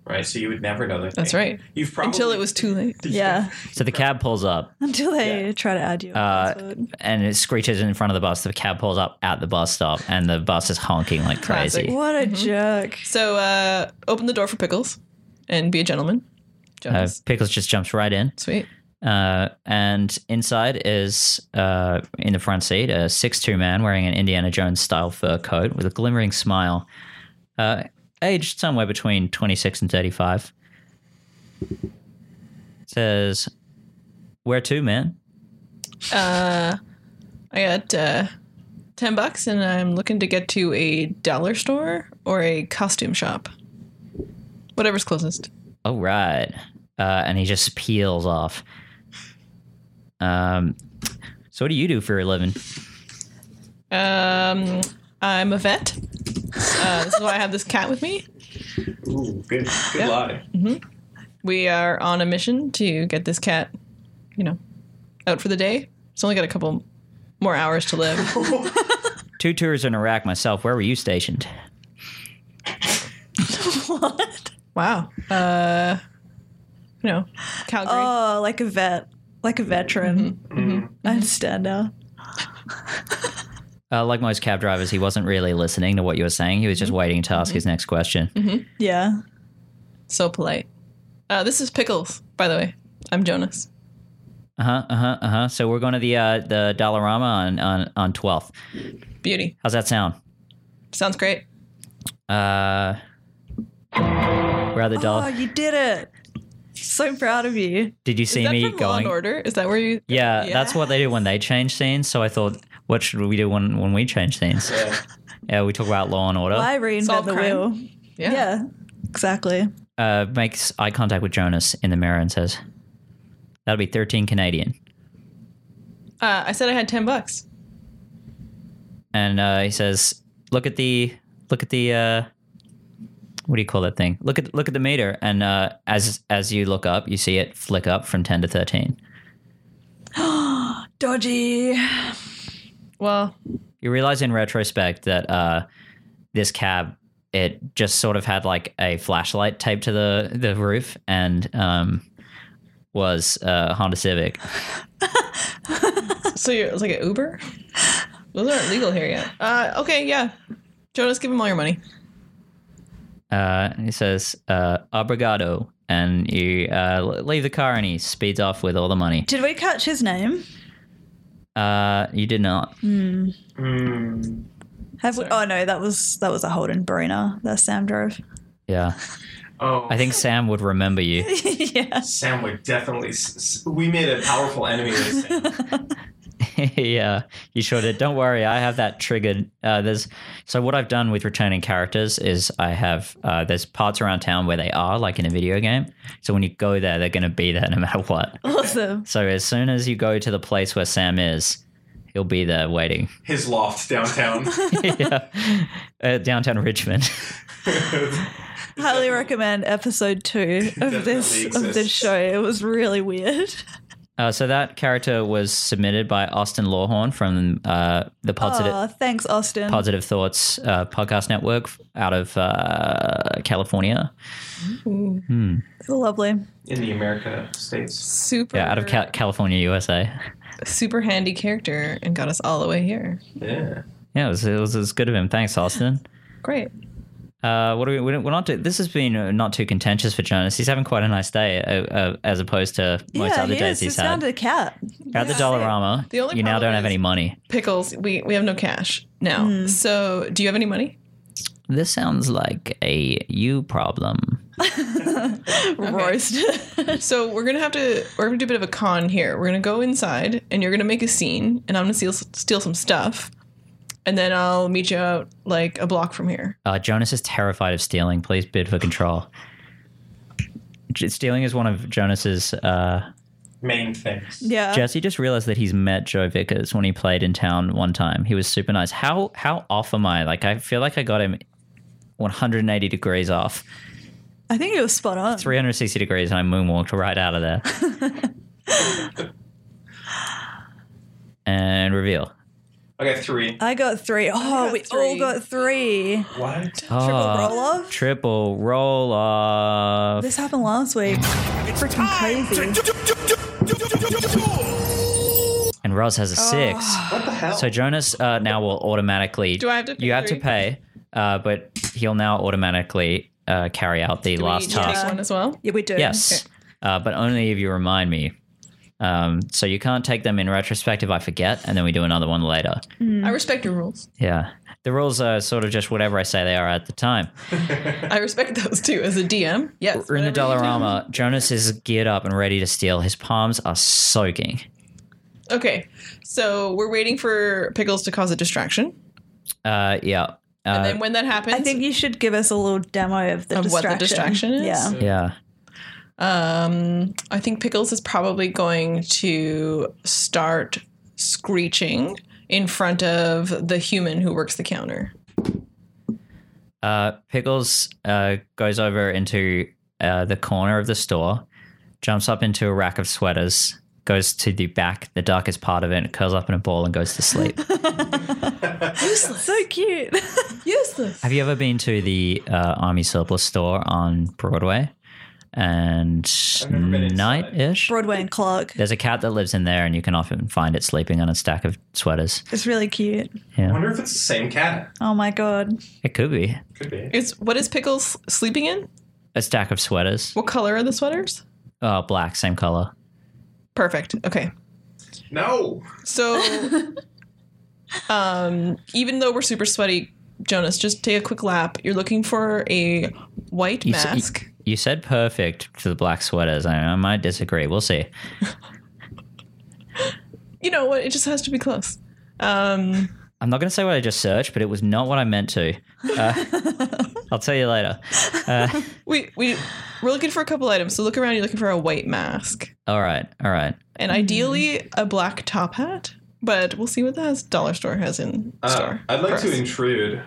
S3: right? So you would never know that.
S4: That's right.
S3: You've probably
S4: Until it was too late.
S1: yeah,
S2: So the cab pulls up
S1: until they
S3: Yeah.
S1: try to add you.
S2: uh,
S1: Buzzword.
S2: and it screeches in front of the bus. The cab pulls up at the bus stop and the bus is honking like
S4: Classic.
S2: crazy.
S1: what a jerk!
S4: So uh, open the door for Pickles, and be a gentleman.
S2: Uh,
S4: Jonas.
S2: Pickles just jumps right in.
S4: Sweet.
S2: Uh, and inside is uh, in the front seat a six-two man wearing an Indiana Jones style fur coat with a glimmering smile, uh, aged somewhere between twenty-six and thirty-five. Says, "Where to, man?"
S4: I got uh, ten bucks, and I'm looking to get to a dollar store or a costume shop. Whatever's closest.
S2: All Oh, right, uh, and he just peels off. Um, so what do you do for a living?
S4: Um, I'm a vet. Uh, this is why I have this cat with me.
S3: Ooh, good, good lie.
S4: We are on a mission to get this cat, you know, out for the day. It's only got a couple more hours to live.
S2: Two tours in Iraq myself. Where were you stationed?
S1: what?
S4: Wow. Uh, you know, Calgary.
S1: Oh, like a vet, like a veteran.
S2: Mm-hmm.
S4: Mm-hmm.
S1: I understand now.
S2: Uh, like most cab drivers, he wasn't really listening to what you were saying. He was
S4: Mm-hmm.
S2: just waiting to ask his next question.
S1: Yeah.
S4: so polite. Uh, this is Pickles, by the way. I'm Jonas.
S2: Uh huh. Uh huh. Uh huh. So we're going to the uh, the Dollarama on on on twelfth.
S4: Beauty.
S2: How's that sound?
S4: Sounds great.
S2: Uh, we're at the
S1: Oh,
S2: dollar.
S1: you did it! So proud of you.
S2: Did you
S4: Uh, is
S2: see
S4: that
S2: me
S4: from Law and
S2: going?
S4: Order? Is that where you?
S2: Yeah, that's what they do when they change scenes. So I thought, what should we do when when we change scenes?
S3: Yeah.
S2: Yeah, we talk about Law and Order.
S1: Why reinvent
S4: Solve
S1: the
S4: crime.
S1: wheel?
S4: Yeah.
S1: yeah, exactly.
S2: Uh, makes eye contact with Jonas in the mirror and says, "That'll be thirteen Canadian."
S4: Uh, I said I had ten bucks.
S2: and uh, he says, "Look at the look at the uh, what do you call that thing? Look at look at the meter." And uh, as as you look up, you see it flick up from ten to thirteen.
S1: Dodgy.
S4: Well,
S2: You realize in retrospect that uh, this cab it just sort of had like a flashlight taped to the the roof and um, was uh, Honda Civic.
S4: so you're, it's like an Uber. Those aren't legal here yet. Uh, okay, yeah. Jonas, give him all your money.
S2: Uh, and he says, uh, "Obrigado." And you uh, leave the car, and he speeds off with all the money.
S1: Did we catch his name?
S2: Uh, you did not.
S3: Mm,
S1: Have we? Oh no, that was that was a Holden Brina. That Sam drove.
S2: Yeah.
S3: oh,
S2: I think Sam would remember you.
S1: yeah.
S3: Sam would definitely. s- s- We made a powerful enemy. With Sam.
S2: yeah, you sure did. Don't worry, I have that triggered. Uh, there's so what I've done with returning characters is I have uh, there's parts around town where they are like in a video game. So when you go there, they're going to be there no matter what.
S1: Awesome.
S2: So as soon as you go to the place where Sam is, he'll be there waiting.
S3: His loft downtown.
S2: yeah, uh, downtown Richmond.
S1: Highly recommend episode two of this
S3: Definitely
S1: of this
S3: exists.
S1: show. It was really weird.
S2: Uh, so that character was submitted by Austin Lawhorn from uh, the Positive
S1: Oh, thanks, Austin.
S2: Positive Thoughts uh, podcast network out of uh, California.
S1: Lovely.
S3: in the America states.
S4: Super.
S2: Yeah, out of Ca- California, USA.
S4: super handy character and got us all the way here.
S3: Yeah.
S2: Yeah, it was, it was, it was good of him. Thanks, Austin.
S4: Great.
S2: Uh, what are we? We're not. Too, this has been uh, not too contentious for Jonas. He's having quite a nice day, uh, uh, as opposed to most
S1: yeah,
S2: other
S1: he
S2: days
S1: is.
S2: he's
S1: He's
S2: had.
S1: found a cat.
S2: At the Dollarama,
S4: The only
S2: you now don't
S4: problem
S2: have
S4: is-
S2: any money.
S4: Pickles, we, we have no cash now.
S1: Hmm.
S4: So do you have any money?
S2: This sounds like a you problem.
S4: Roasted. so we're gonna have to we're gonna do a bit of a con here. We're gonna go inside and you're gonna make a scene and I'm gonna steal steal some stuff. And then I'll meet you out like a block from here.
S2: Uh, Jonas is terrified of stealing. Please bid for control. J- Stealing is one of Jonas's. Uh,
S3: Main things.
S1: Yeah.
S2: Jesse just realized that he's met Joe Vickers when he played in town one time. He was super nice. How how off am I? Like I feel like I got him 180 degrees off,
S1: I think it was spot on.
S2: 360 degrees, and I moonwalked right out of there. and reveal.
S3: I got three.
S1: I got three. Oh,
S4: got
S1: we all
S4: three. Ah.
S1: got three.
S3: What?
S2: Oh,
S1: roll off?
S2: Triple roll off.
S1: This happened last week. Freaking crazy.
S2: And Roz has a six.
S3: What the hell?
S2: So Jonas uh, now will automatically.
S4: Ah. Do I have to pay
S2: You have to
S4: three?
S2: pay, uh, but he'll now automatically uh, carry out the last
S4: Do we each
S2: task.
S4: take one as well.
S1: Yeah, we do.
S2: Yes, uh, but only if you remind me. Um, so you can't take them in retrospective. I forget, and then we do another one later.
S1: Hmm.
S4: I respect your rules.
S2: Yeah, the rules are sort of just whatever I say they are at the time.
S4: I respect those too as a DM. Yes.
S2: We're in the
S4: whatever you
S2: Dollarama. Jonas is geared up and ready to steal. His palms are soaking.
S4: do. Okay. So we're waiting for Pickles to cause a distraction.
S2: Uh, yeah.
S4: And
S2: Uh,
S4: then when that happens,
S1: I think you should give us a little demo of the
S4: Of what
S1: distraction.
S4: the distraction is?
S1: Yeah.
S2: yeah.
S4: Um, I think Pickles is probably going to start screeching in front of the human who works the counter.
S2: Uh, Pickles uh, goes over into uh, the corner of the store, jumps up into a rack of sweaters, goes to the back, the darkest part of it, curls up in a ball, and goes to sleep.
S1: So cute.
S4: Useless.
S2: Have you ever been to the uh, Army Surplus store on Broadway? And
S3: never been inside.
S2: night ish?
S1: Broadway and Clark.
S2: There's a cat that lives in there, and you can often find it sleeping on a stack of sweaters.
S1: It's really cute.
S3: I wonder if it's the same cat.
S1: Oh my god.
S2: It could be
S3: Could be.
S4: Is what is Pickles sleeping in?
S2: a stack of sweaters.
S4: What color are the sweaters?
S2: Oh, black, same color.
S4: Perfect. Okay.
S3: No.
S4: So, um, even though we're super sweaty, Jonas, just take a quick lap. You're looking for a white
S2: You s-
S4: mask.
S2: You said perfect to the black sweaters. I, I might disagree. We'll see.
S4: you know what? It just has to be close. Um,
S2: I'm not going to say what I just searched, but it was not what I meant to. Uh, I'll tell you later.
S4: we we we're looking for a couple items. So look around. You're looking for a white mask.
S2: All right, all right.
S4: and
S1: Mm-hmm.
S4: ideally a black top hat. But we'll see what the has- dollar store has in
S3: Uh,
S4: store.
S3: I'd
S4: for
S3: like
S4: us.
S3: to intrude.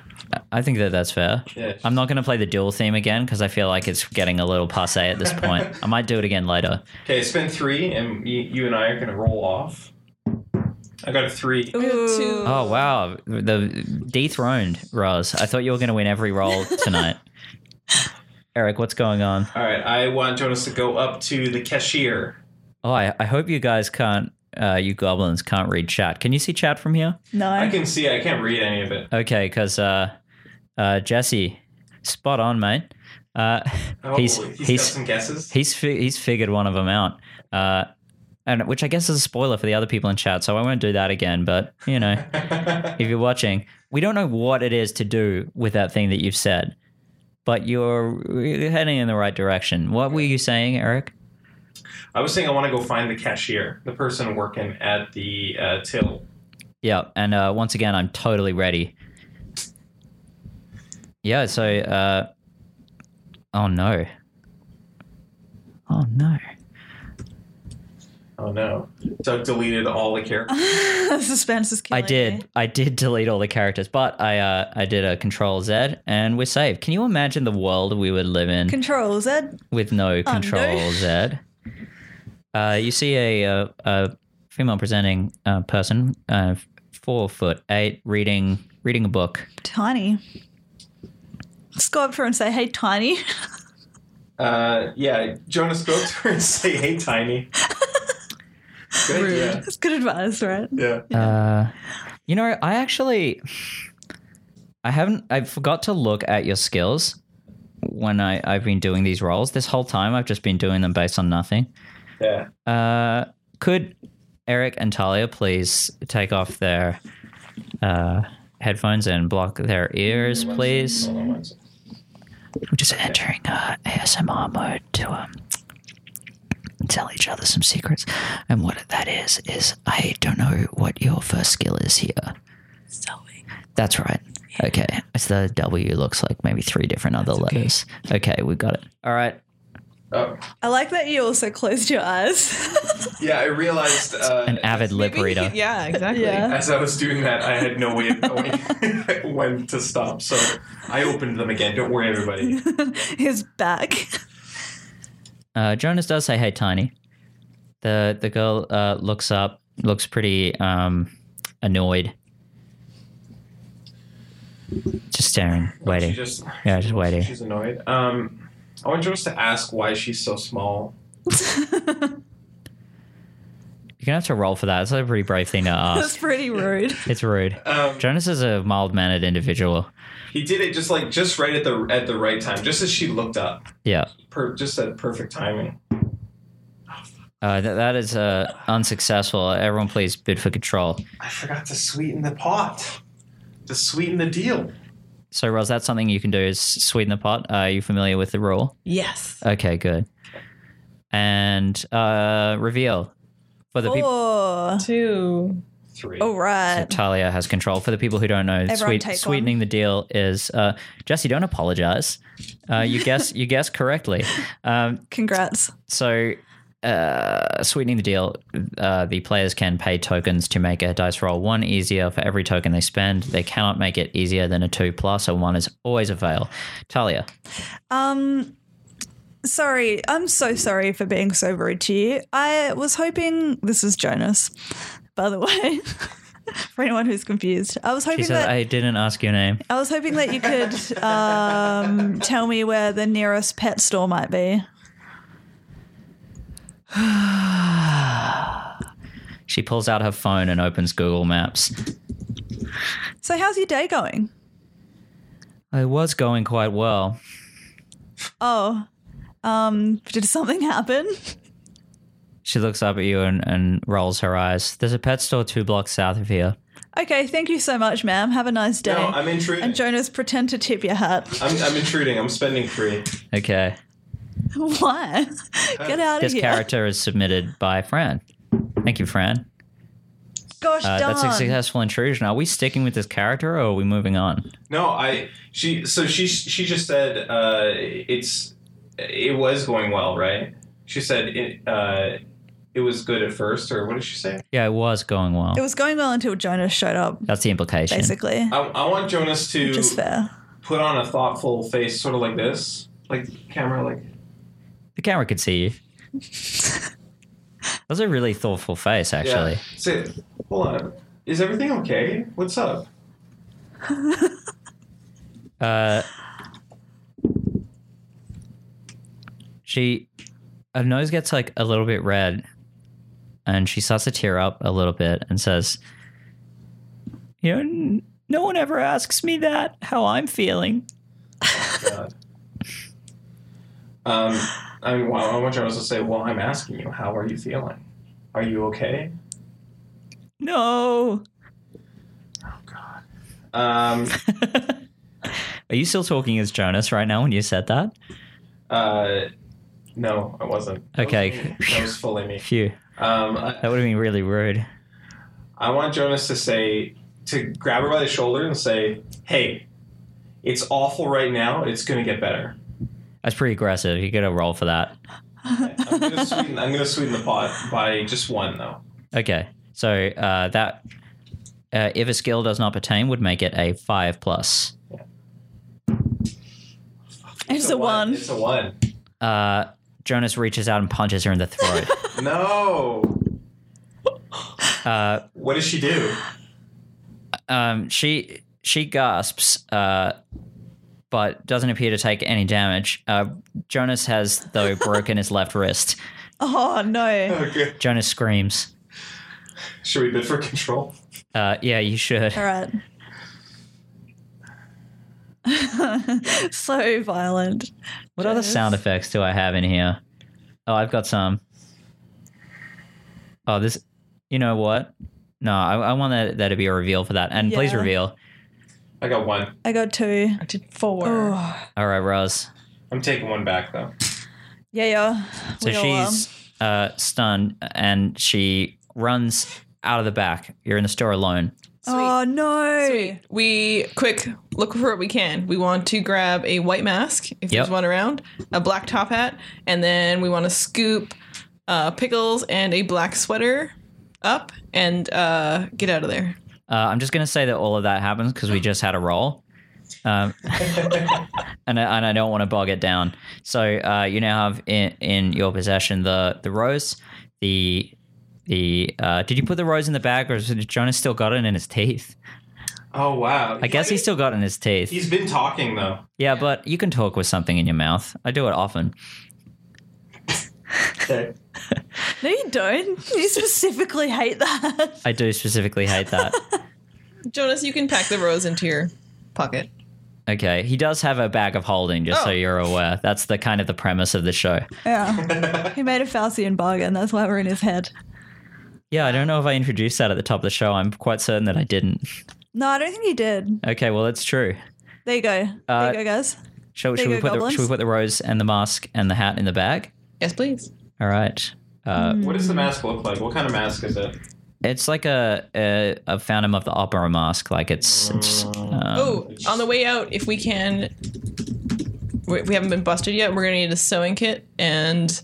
S2: I think that that's fair.
S3: Yeah.
S2: I'm not going to play the duel theme again because I feel like it's getting a little passe at this point. I might do it again later.
S3: Okay, spend three, and you, you and I are gonna roll off. I got a three.
S4: We have two-
S2: Oh wow, the dethroned Roz. I thought you were going to win every roll tonight. Eric, what's going on?
S3: All right, I want Jonas to go up to the cashier.
S2: Oh, I, I hope you guys can't, uh, you goblins can't read chat. Can you see chat from here?
S1: No.
S3: I can see. I can't read any of it.
S2: Okay, because uh, uh, Jesse, spot on, mate. Uh,
S3: Oh,
S2: he's
S3: he's got
S2: he's
S3: some guesses.
S2: he's fi- he's figured one of them out, uh, and which I guess is a spoiler for the other people in chat. So I won't do that again. But you know, if you're watching, we don't know what it is to do with that thing that you've said, but you're heading in the right direction. What were you saying, Eric?
S3: I was saying I want to go find the cashier, the person working at the uh, till.
S2: Yeah, and uh, once again, I'm totally ready. Yeah, so. Uh, oh no. Oh no.
S3: Oh no! Doug deleted all the characters.
S1: Suspense is
S2: I
S1: killing
S2: did.
S1: me.
S2: I did delete all the characters, but I uh, I did a Control Z, and we're saved. Can you imagine the world we would live in
S1: Control Z.
S2: with no Control Z? Uh, you see a, uh a female presenting uh, person, uh, four foot eight, reading reading a book.
S1: Tiny. Let's go up to her and say, hey, Tiny.
S3: Uh, yeah, Jonas go up to her and say, "Hey, Tiny." Good idea.
S1: That's good advice, right?
S3: Yeah.
S2: Uh, you know, I actually, I haven't. I forgot to look at your skills when I I've been doing these roles. This whole time, I've just been doing them based on nothing.
S3: Yeah.
S2: Uh, could Eric and Talia please take off their uh, headphones and block their ears, please?
S3: Hold on one second.
S2: We're just entering uh, ASMR mode to um, tell each other some secrets. And what that is, is I don't know what your first skill is here.
S1: Sewing.
S2: That's right. Okay. It's the W looks like maybe three different other letters. Okay. we got it. All right.
S3: Oh,
S1: I like that you also closed your eyes.
S3: yeah. I realized uh,
S2: An avid lip
S4: Maybe-
S2: reader.
S4: Yeah, exactly.
S1: Yeah.
S3: As I was doing that, I had no way of knowing when to stop, so I opened them again. Don't worry, everybody.
S1: His back.
S2: Uh, Jonas does say, "Hey, Tiny." The the girl uh, looks up, looks pretty um, annoyed. Just staring, waiting.
S3: She just,
S2: Yeah, just waiting.
S3: She's annoyed. Um, I want Joyce to ask why she's so small.
S2: You're gonna have to roll for that. It's a pretty brave thing to
S1: That's
S2: ask.
S1: pretty rude.
S2: it's rude.
S3: Um,
S2: Jonas is a mild mannered individual.
S3: he did it just like just right at the at the right time, just as she looked up.
S2: Yeah.
S3: Per, just at perfect timing.
S2: Uh, th- that is uh, unsuccessful. Everyone, please bid for control.
S3: I forgot to sweeten the pot. To sweeten the deal.
S2: So, Ros, that's something you can do is sweeten the pot. Uh, are you familiar with the rule?
S4: Yes.
S2: Okay, good. And uh, reveal for the people.
S1: Oh,
S4: Two.
S3: Three.
S1: all right.
S2: Talia has control. For the people who don't know,
S1: Everyone
S2: sweet,
S1: take
S2: sweetening the deal is uh, Jesse. Don't apologize. Uh, you guess you guess correctly. Um,
S1: Congrats.
S2: So, uh, sweetening the deal, uh, the players can pay tokens to make a dice roll one easier for every token they spend. They cannot make it easier than a two plus. A one is always a fail. Talia,
S1: Um, sorry. I'm so sorry for being so rude to you. I was hoping this is Jonas, by the way. for anyone who's confused, I was
S2: she
S1: hoping
S2: says,
S1: that
S2: "I didn't ask your name."
S1: I was hoping that you could um, tell me where the nearest pet store might be.
S2: She pulls out her phone and opens Google Maps.
S1: So, how's your day going?
S2: It was going quite well.
S1: Oh, um, did something happen?
S2: She looks up at you and, and rolls her eyes. There's a pet store two blocks south of here.
S1: Okay, thank you so much, ma'am. Have a nice day.
S3: No, I'm intruding.
S1: and Jonas, pretend to tip your hat.
S3: I'm, I'm intruding. I'm spending free.
S2: Okay.
S1: Why? Get out of
S2: This
S1: here.
S2: character is submitted by Fran. Thank you, Fran.
S1: Gosh
S2: Uh,
S1: darn.
S2: that's a successful intrusion. Are we sticking with this character or are we moving on?
S3: No, I she so she she just said uh, it's it was going well, right? She said it uh, it was good at first, or what did she say?
S2: Yeah, it was going well.
S1: it was going well until Jonas showed up,
S2: That's the implication.
S1: basically.
S3: I, I want Jonas to
S1: Which is fair.
S3: put on a thoughtful face, sort of like this, like camera, like
S2: The camera could see you. that was a really thoughtful face, actually.
S3: yeah. Say, hold on, is everything okay? What's up?
S2: Uh, she, her nose gets like a little bit red, and she starts to tear up a little bit and says, "You know, n- no one ever asks me that how I'm feeling."
S3: God. Uh, Um, I mean, wow, I want Jonas to say, well, I'm asking you, how are you feeling? Are you okay?
S2: No.
S3: Oh God. Um.
S2: Are you still talking as Jonas right now when you said that?
S3: Uh, no, I wasn't. That was
S2: Okay.
S3: me. That was fully me.
S2: Phew.
S3: Um, I,
S2: That would have been really rude.
S3: I want Jonas to say, to grab her by the shoulder and say, hey, it's awful right now. It's going to get better.
S2: That's pretty aggressive. You get a roll for that.
S3: I'm going to sweeten, I'm gonna sweeten the pot by just one, though.
S2: Okay. So uh, that, uh, if a skill does not pertain, would make it a five plus.
S1: It's a one.
S3: It's a one.
S2: Uh, Jonas reaches out and punches her in the throat.
S3: No.
S2: uh,
S3: What does she do?
S2: um, she she gasps, uh, but doesn't appear to take any damage. Uh, Jonas has though broken his left wrist.
S1: Oh, no.
S3: Okay.
S2: Jonas screams.
S3: Should we bid for control?
S2: Uh, yeah, you should.
S1: All right. so violent.
S2: What other sound effects do I have in here? Oh, I've got some. Oh, this. You know what? No, I, I want that, that to be a reveal for that. And please
S1: Yeah.
S2: reveal.
S3: I got one.
S1: I got two.
S4: I did four.
S1: Oh,
S2: All right, Roz.
S3: I'm taking one back, though.
S1: yeah, yeah.
S2: So
S1: We all are.
S2: she's uh, stunned and she runs out of the back. You're in the store alone.
S1: Oh, no.
S4: Sweet. We quick look for what we can. We want to grab a white mask
S2: Yep.
S4: if there's one around, a black top hat, and then we want to scoop uh, pickles and a black sweater up and uh, get out of there.
S2: Uh, I'm just going to say that all of that happens because we just had a roll. Um, and, I, and I don't want to bog it down. So uh, you now have in, in your possession the, the rose, the the. Uh, did you put the rose in the bag, or has Jonas still got it in his teeth?
S3: Oh wow.
S2: I guess he's still got it in his teeth.
S3: He's been talking though.
S2: yeah, but you can talk with something in your mouth. I do it often.
S3: Okay.
S1: No, you don't. You specifically hate that.
S2: I do specifically hate that.
S4: Jonas, you can pack the rose into your pocket.
S2: okay, he does have a bag of holding, just so
S4: Oh.
S2: you're aware. That's the kind of the premise of the show.
S1: Yeah. he made a Faustian bargain. That's why we're in his head.
S2: Yeah, I don't know if I introduced that at the top of the show. I'm quite certain that I didn't.
S1: No, I don't think you did.
S2: Okay, well, it's true.
S1: There you go.
S2: Uh,
S1: there you go, guys.
S2: Shall,
S1: There
S2: should,
S1: you
S2: we
S1: go,
S2: put the,
S1: goblins.
S2: should we put the rose and the mask and the hat in the bag?
S4: Yes, please.
S2: All right. Uh,
S3: What does the mask look like? What kind of mask is it?
S2: It's like a, a a Phantom of the Opera mask. Like it's it's um,
S4: oh, on the way out, if we can, we, we haven't been busted yet. We're gonna need a sewing kit, and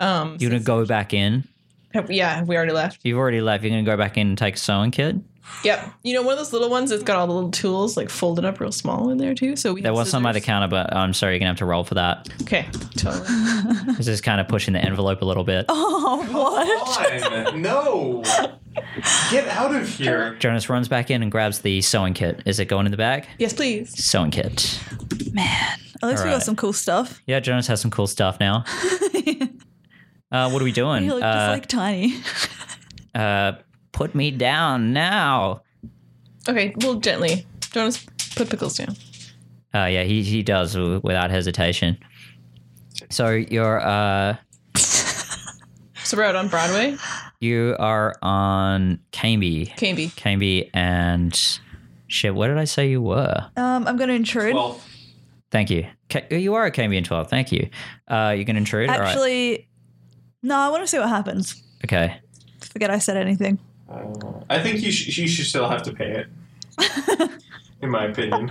S4: um,
S2: you're gonna go back in.
S4: have- yeah, we already left.
S2: You've already left. You're gonna go back in and take a sewing kit.
S4: Yep. You know, one of those little ones that's got all the little tools like folded up real small in there too. So we
S2: There
S4: have
S2: was some by the
S4: scissors.
S2: counter, but I'm sorry, you're gonna have to roll for that.
S4: Okay, totally.
S2: This is kind of pushing the envelope a little bit.
S1: Oh, what?
S3: Fine. no. Get out of here.
S2: Jonas runs back in and grabs the sewing kit. Is it going in the bag?
S4: yes, please.
S2: Sewing kit.
S1: At least we
S2: Alright.
S1: got some cool stuff.
S2: Yeah, Jonas has some cool stuff now. uh, what are we doing?
S1: He looked
S2: uh,
S1: just like tiny.
S2: uh, put me down now.
S4: Okay, well, gently. Jonas, put pickles down.
S2: Uh, yeah, he, he does w- without hesitation. So you're uh,
S4: So we're out on Broadway.
S2: you are on Camby,
S4: Canby.
S2: Camby, and shit. Where did I say you were?
S1: Um, I'm going to intrude.
S3: Well,
S2: Thank you. Ca you are a Camby and twelve. Thank you. Uh, you can intrude. All right.
S1: Actually, no, I want to see what happens.
S2: Okay.
S1: Forget I said anything.
S3: I think you, sh- you should still have to pay it. In my opinion.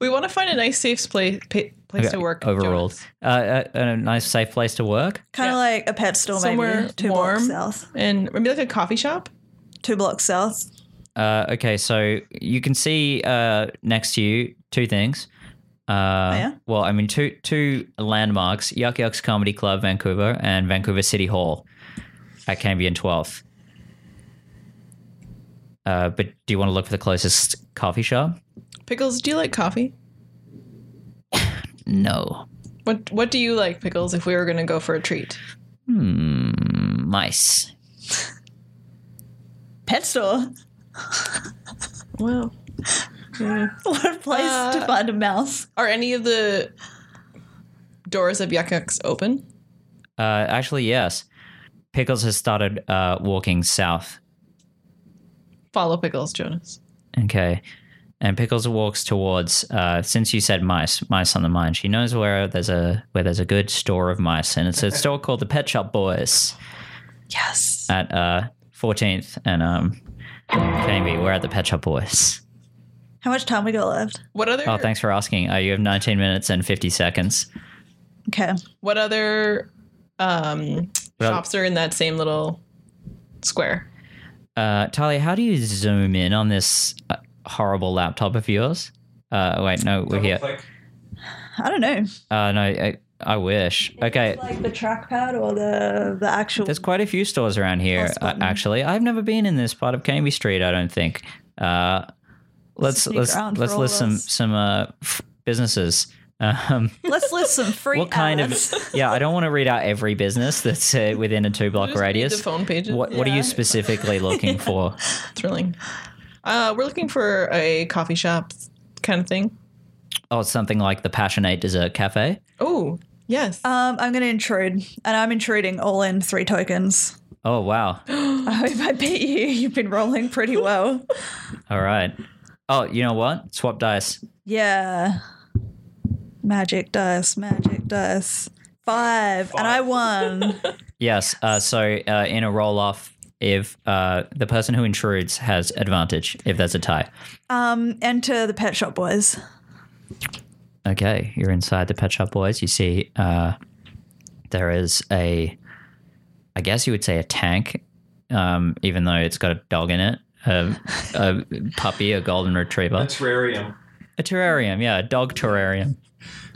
S4: We want to find a nice, safe place place
S2: okay.
S4: to work.
S2: Overruled.
S4: Jonas.
S2: Uh, a, a nice, safe place to work.
S1: Kind of
S4: Yeah.
S1: like a pet store,
S4: Somewhere
S1: maybe. Two
S4: warm.
S1: blocks south.
S4: and maybe like a coffee shop.
S1: Two blocks south.
S2: Uh, okay, so you can see uh, next to you two things. Uh,
S1: yeah?
S2: Well, I mean, two two landmarks: Yuck Yucks Comedy Club, Vancouver, and Vancouver City Hall at Cambian 12th. Uh, but do you want to look for the closest coffee shop?
S4: Pickles, do you like coffee?
S2: No.
S4: What What do you like, Pickles? If we were going to go for a treat,
S2: Mice.
S1: Pet store.
S4: well,
S1: What a place
S4: Uh.
S1: to find a mouse.
S4: are any of the doors of Yuck Yucks open?
S2: Uh, actually, yes. Pickles has started uh, walking south.
S4: Follow Pickles, Jonas.
S2: Okay. And Pickles walks towards. Uh, since you said mice, mice on the mind, she knows where there's a where there's a good store of mice, and it's a store called the Pet Shop Boys
S1: Yes.
S2: at uh, 14th and um, Jamie. We're at the Pet Shop Boys.
S1: How much time we got left?
S4: What other
S2: Oh, thanks for asking. Uh, you have 19 minutes and 50 seconds.
S1: Okay.
S4: What other um,
S2: Well-
S4: shops are in that same little square?
S2: Uh, Talia, how do you zoom in on this uh, horrible laptop of yours? Uh, wait, no, we're here.
S3: Double click.
S1: I don't know.
S2: Uh, no, I, I wish. Okay,
S1: Like the trackpad or the the actual.
S2: There's quite a few stores around here, uh, actually. I've never been in this part of Cambie Street. I don't think. Uh, let's
S1: sneak
S2: let's
S1: around for
S2: let's
S1: all
S2: list
S1: of
S2: some
S1: us.
S2: some uh, f- businesses. Um,
S1: Let's list some free.
S2: what kind
S1: outlets.
S2: of? Yeah, I don't want to read out every business that's uh, within a two block
S4: Just read
S2: radius.
S4: The phone pages.
S2: What what are you
S1: Yeah.
S2: specifically looking for?
S4: Thrilling. Uh, we're looking for a coffee shop kind of thing.
S2: Oh, something like the Passionate Dessert Cafe.
S4: Oh, yes.
S2: Uh,
S1: Um, I'm going to intrude, and I'm intruding all in three tokens.
S2: Oh wow!
S1: I hope I beat you. You've been rolling pretty well.
S2: All right. Oh, you know what? Swap dice.
S1: yeah. Magic dice, magic dice. Five, and I won.
S2: Yes. Uh, so uh, in a roll off, if uh, the person who intrudes has advantage, if there's a tie.
S1: um, enter the Pet Shop Boys.
S2: Okay, you're inside the Pet Shop Boys. You see, uh, there is a, I guess you would say a tank, um, even though it's got a dog in it, a, a puppy, a golden
S3: A
S2: retriever,
S3: terrarium.
S2: a terrarium. Yeah, a dog terrarium.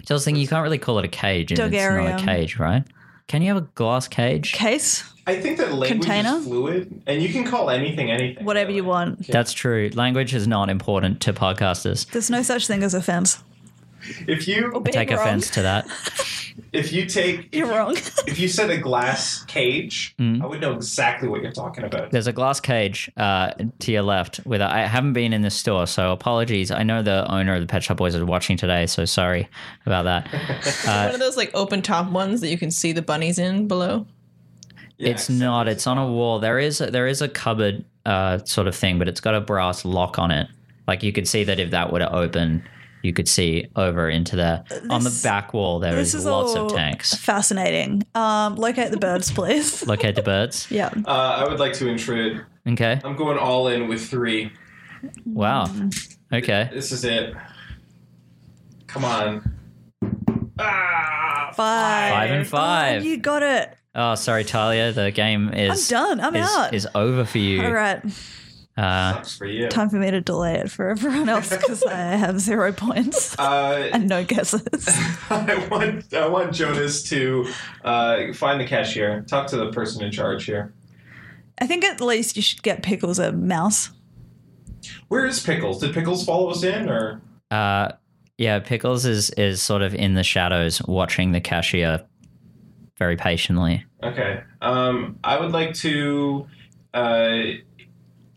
S2: So I was thinking you can't really call it a cage. and It's not a
S1: Dogarium.
S2: cage, right? Can you have a glass cage?
S1: Case,
S3: I think that language
S1: Container?
S3: is fluid, and you can call anything anything.
S1: whatever you
S3: really.
S1: want.
S2: That's true. Language is not important to podcasters.
S1: There's no such thing as offense.
S3: If you
S2: I take
S4: wrong.
S2: offense to that.
S3: if you take
S1: You're wrong.
S3: if you said a glass cage, I would know exactly what you're talking about.
S2: There's a glass cage uh, to your left. With I haven't been in this store, so apologies. I know the owner of the Pet Shop Boys is watching today, so sorry about that.
S4: One of those like open top ones that you can see the bunnies in below.
S3: Yeah,
S2: it's not. It's on a wall. There is there is a cupboard uh, sort of thing, but it's got a brass lock on it. Like you could see that if that were to open, you could see over into there. on the
S1: Uh, This-
S2: back wall, there
S1: this
S2: is,
S1: is
S2: lots
S1: all
S2: of tanks.
S1: Fascinating. Um, locate the birds, please.
S2: Locate the birds.
S1: yeah.
S3: Uh, I would like to intrude.
S2: Okay.
S3: I'm going all in with three.
S2: Wow. Okay.
S3: This is it. Come on. Ah,
S1: Five.
S2: Five and five.
S1: Oh, you got it.
S2: Oh, sorry, Talia. The game is
S1: done. I'm
S2: is,
S1: out.
S2: Is over for you.
S1: All right.
S2: Uh,
S3: sucks for you.
S1: Time for me to delay it for everyone else because I have zero points
S3: Uh,
S1: and no guesses.
S3: I want I want Jonas to uh, find the cashier, talk to the person in charge here.
S1: I think at least you should get Pickles a mouse.
S3: Where is Pickles? Did Pickles follow us in, or
S2: uh, yeah, Pickles is is sort of in the shadows, watching the cashier very patiently.
S3: okay? Um, I would like to, uh,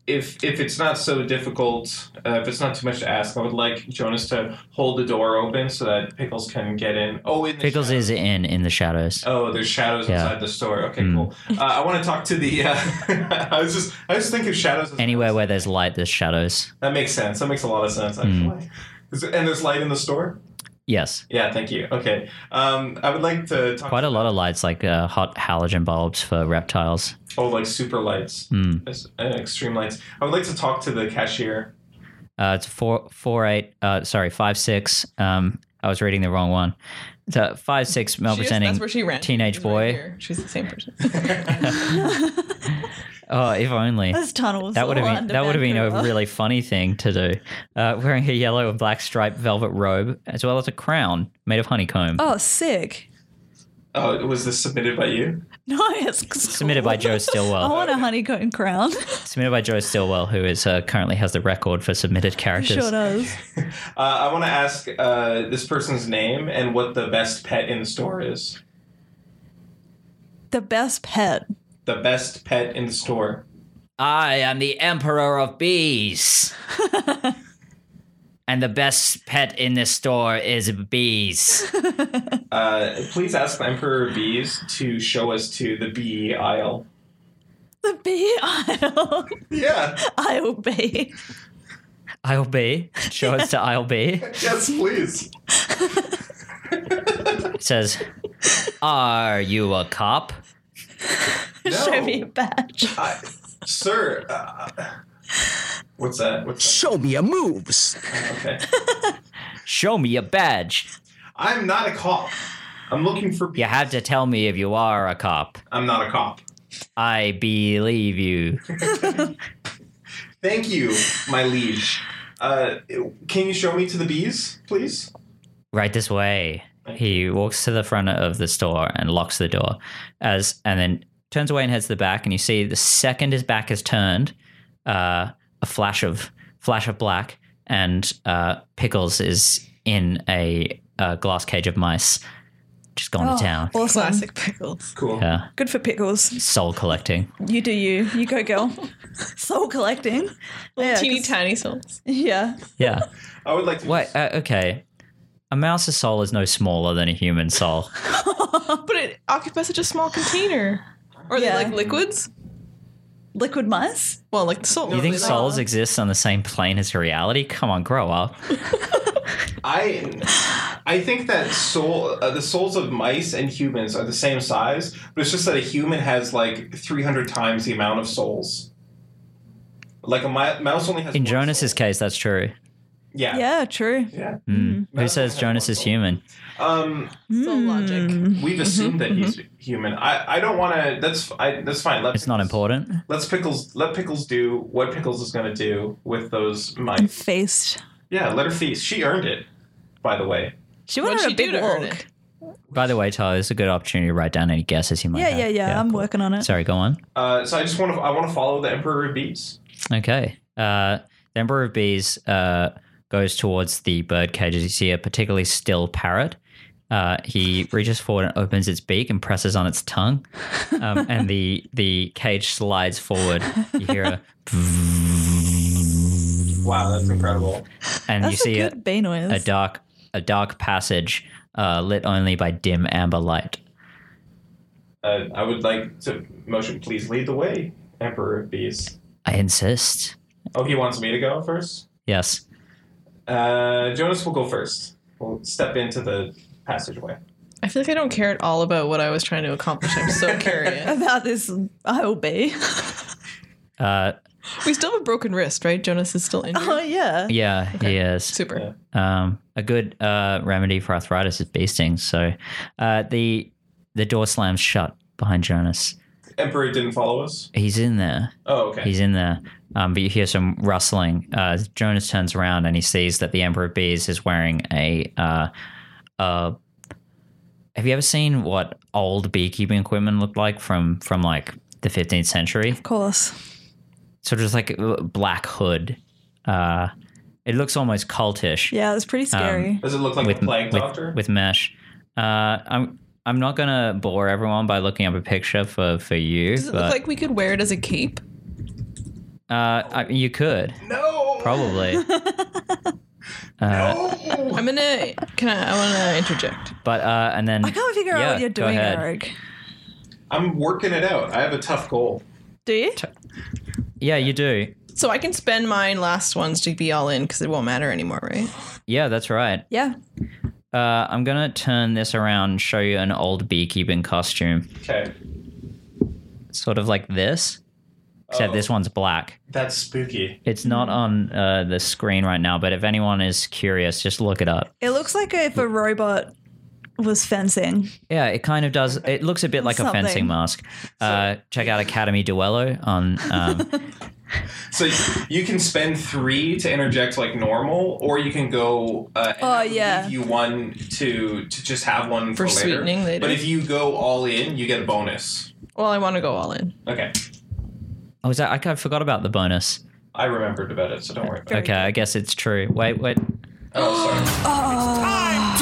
S3: if if it's not so difficult, uh, if it's not too much to ask, I would like Jonas to hold the door open so that Pickles can get in. Oh, in the
S2: Pickles
S3: shadow-
S2: is in in the shadows.
S3: Oh, there's shadows
S2: Yeah.
S3: inside the store. Okay,
S2: Mm.
S3: cool. Uh, I want to talk to the. Uh, I was just I was thinking shadows. as-
S2: Anywhere where there's light, there's shadows.
S3: That makes sense. That makes a lot of sense actually.
S2: Mm.
S3: Is there- and there's light in the store.
S2: Yes,
S3: Yeah, thank you. Okay, um, I would like to talk.
S2: quite a lot of lights, like uh, hot halogen bulbs for reptiles.
S3: Oh, like super lights,
S2: Mm.
S3: Yes, uh, extreme lights. I would like to talk to the cashier.
S2: Uh, it's four four eight. Uh, sorry, five six. Um, I was reading the wrong one. It's, uh, five six
S4: She just-
S2: malpresenting.
S4: that's where she ran.
S2: teenage
S4: She's
S2: boy.
S4: here. She's the same person.
S2: oh, if only.
S1: There's tunnels.
S2: That would have
S1: all
S2: been
S1: under
S2: that would have been a
S1: Vancouver.
S2: really funny thing to do. Uh, wearing a yellow and black striped velvet robe, as well as a crown made of honeycomb,
S1: Oh, sick.
S3: Oh, was this submitted by you?
S1: No, it's
S2: submitted by Joe
S1: I
S2: Stillwell.
S1: want a honeycomb crown.
S2: submitted by Joe Stillwell, who is uh, currently has the record for submitted characters.
S1: sure does.
S3: Uh, I want to ask uh, this person's name and what the best pet in the store is.
S1: The best pet.
S3: The best pet in the store.
S2: I am the emperor of bees, and the best pet in this store is bees.
S3: Uh, please ask the Emperor Bees to show us to the bee aisle.
S1: The bee aisle.
S3: Yeah.
S1: I'll be.
S2: I'll be show us to I'll be.
S3: yes, please.
S2: It says, "Are you a cop?"
S1: Show me a badge.
S3: I, sir. Uh, what's that? What's
S7: Show me your moves.
S3: that? Okay.
S2: Show me a badge.
S3: I'm not a cop. I'm looking for. Bees.
S2: You have to tell me if you are a cop.
S3: I'm not a cop.
S2: I believe you.
S3: Thank you, my liege. Uh, can you show me to the bees, please?
S2: Right this way. He walks to the front of the store and locks the door, as and then turns away and heads to the back. And you see the second his back is turned, uh, a flash of flash of black, and uh, Pickles is in a, uh glass cage of mice, just gone
S1: Oh,
S2: to town.
S1: Awesome.
S4: Classic pickles.
S3: Cool.
S2: Yeah,
S1: Good for pickles.
S2: soul collecting.
S1: You do you. You go, girl. Soul collecting. Yeah,
S4: Teeny
S1: 'cause-
S4: tiny souls.
S1: Yeah.
S2: Yeah.
S3: I would like to.
S2: Wait. Uh, okay. A mouse's soul is no smaller than a human soul.
S4: But it occupies such a small container. Or
S1: Yeah.
S4: they like liquids?
S1: Liquid mice?
S4: Well, like the soul.
S2: You think
S4: Like-
S2: souls exist on the same plane as reality? Come on, grow up.
S3: I I think that soul, uh, the souls of mice and humans are the same size, but it's just that a human has like 300 times the amount of souls. Like a mi- mouse only has.
S2: In
S3: one
S2: Jonas's
S3: soul.
S2: case, that's true.
S3: Yeah.
S1: Yeah, true.
S3: Yeah.
S2: Mm. Who
S3: Mouse
S2: says
S3: only has one
S2: Jonas is
S3: soul.
S2: human?
S3: Um,
S4: Soul
S1: Hmm.
S4: logic.
S3: we've assumed that he's human. I, I don't want to. That's I, that's fine. Let
S2: It's not
S3: Pickles-
S2: important.
S3: Let's pickles. Let pickles do what pickles is going to do with those mice.
S1: Feast.
S3: Yeah, let her feast. She earned it, by the way.
S1: She
S4: What'd
S1: went on
S4: she
S1: a
S4: do
S1: big
S2: Oh
S4: to earn
S1: walk.
S4: it?
S2: By the way, Tyler, this is a good opportunity to write down any guesses you might
S1: Yeah,
S2: have.
S1: yeah, yeah. I'm
S2: cool.
S1: working on it.
S2: Sorry, go on.
S3: Uh, so I just want to I want to follow the Emperor of Bees.
S2: Okay. Uh, the Emperor of Bees uh, goes towards the bird cages. You see a particularly still parrot. Uh, he reaches forward and opens its beak and presses on its tongue, um, and the the cage slides forward. You hear a,
S3: Wow, that's incredible.
S2: and
S1: That's
S2: you see
S1: a
S2: a,
S1: good bee noise.
S2: a dark a dark passage uh, lit only by dim amber light.
S3: Uh, I would like to motion. Please lead the way, Emperor of Bees.
S2: I insist.
S3: Oh, he wants me to go first.
S2: Yes.
S3: Uh, Jonas will go first. We'll step into the passageway.
S4: I feel like I don't care at all about what I was trying to accomplish. I'm so curious.
S1: about this I'll be.
S2: Uh,
S4: We still have a broken wrist, right? Jonas is still injured.
S1: oh yeah.
S2: yeah. He is.
S4: Super.
S3: Yeah.
S2: Um, a good uh, remedy for arthritis is bee stings. So uh, the the door slams shut behind Jonas.
S3: Emperor didn't follow us.
S2: He's in there.
S3: Oh, okay.
S2: He's in there. Um, but you hear some rustling. Uh, Jonas turns around and he sees that the Emperor of Bees is wearing a. Uh, uh, have you ever seen what old beekeeping equipment looked like from from like the 15th century?
S1: Of course.
S2: Sort of just like a black hood. Uh, it looks almost cultish.
S1: Yeah, it's
S2: Um,
S1: pretty scary.
S3: Does it look like
S2: with
S3: a plague
S2: with,
S3: doctor?
S2: with mesh. Uh, I'm I'm not gonna bore everyone by looking up a picture for for you,
S4: Does it
S2: but
S4: look like we could wear it as a cape?
S2: uh, I, you could
S3: no.
S2: probably. uh,
S4: I'm gonna. Can I? I want to interject.
S2: But uh, and then
S1: I can't figure out
S2: yeah,
S1: what you're
S2: go
S1: doing,
S2: ahead.
S1: Eric.
S3: I'm working it out. I have a tough goal.
S1: Do you?
S2: Yeah, you do.
S4: So I can spend my last ones to be all in because it won't matter anymore, right?
S2: Yeah, that's right.
S1: Yeah.
S2: Uh, I'm gonna turn this around and show you an old beekeeping costume,
S3: Okay.
S2: sort of like this, except
S3: Oh.
S2: this one's black.
S3: That's spooky.
S2: It's
S1: Hmm.
S2: not on uh, the screen right now, but if anyone is curious, just look it up.
S1: It looks like if a robot was fencing.
S2: Yeah, it kind of does. It looks a bit like a
S1: Something.
S2: fencing mask. Uh, check out Academy Duello on. Um,
S3: So you, you can spend three to interject like normal, or you can go. Uh, and
S1: Oh,
S3: leave
S1: yeah.
S3: You one to to just have one
S4: For
S3: for, later.
S4: sweetening later.
S3: But if you go all in, you get a bonus.
S4: Well, I want to go all in.
S3: Okay.
S2: oh, is that? I kind of forgot about the bonus.
S3: I remembered about it, so don't worry about it.
S2: Okay, I guess it's true. Wait, wait.
S3: Oh,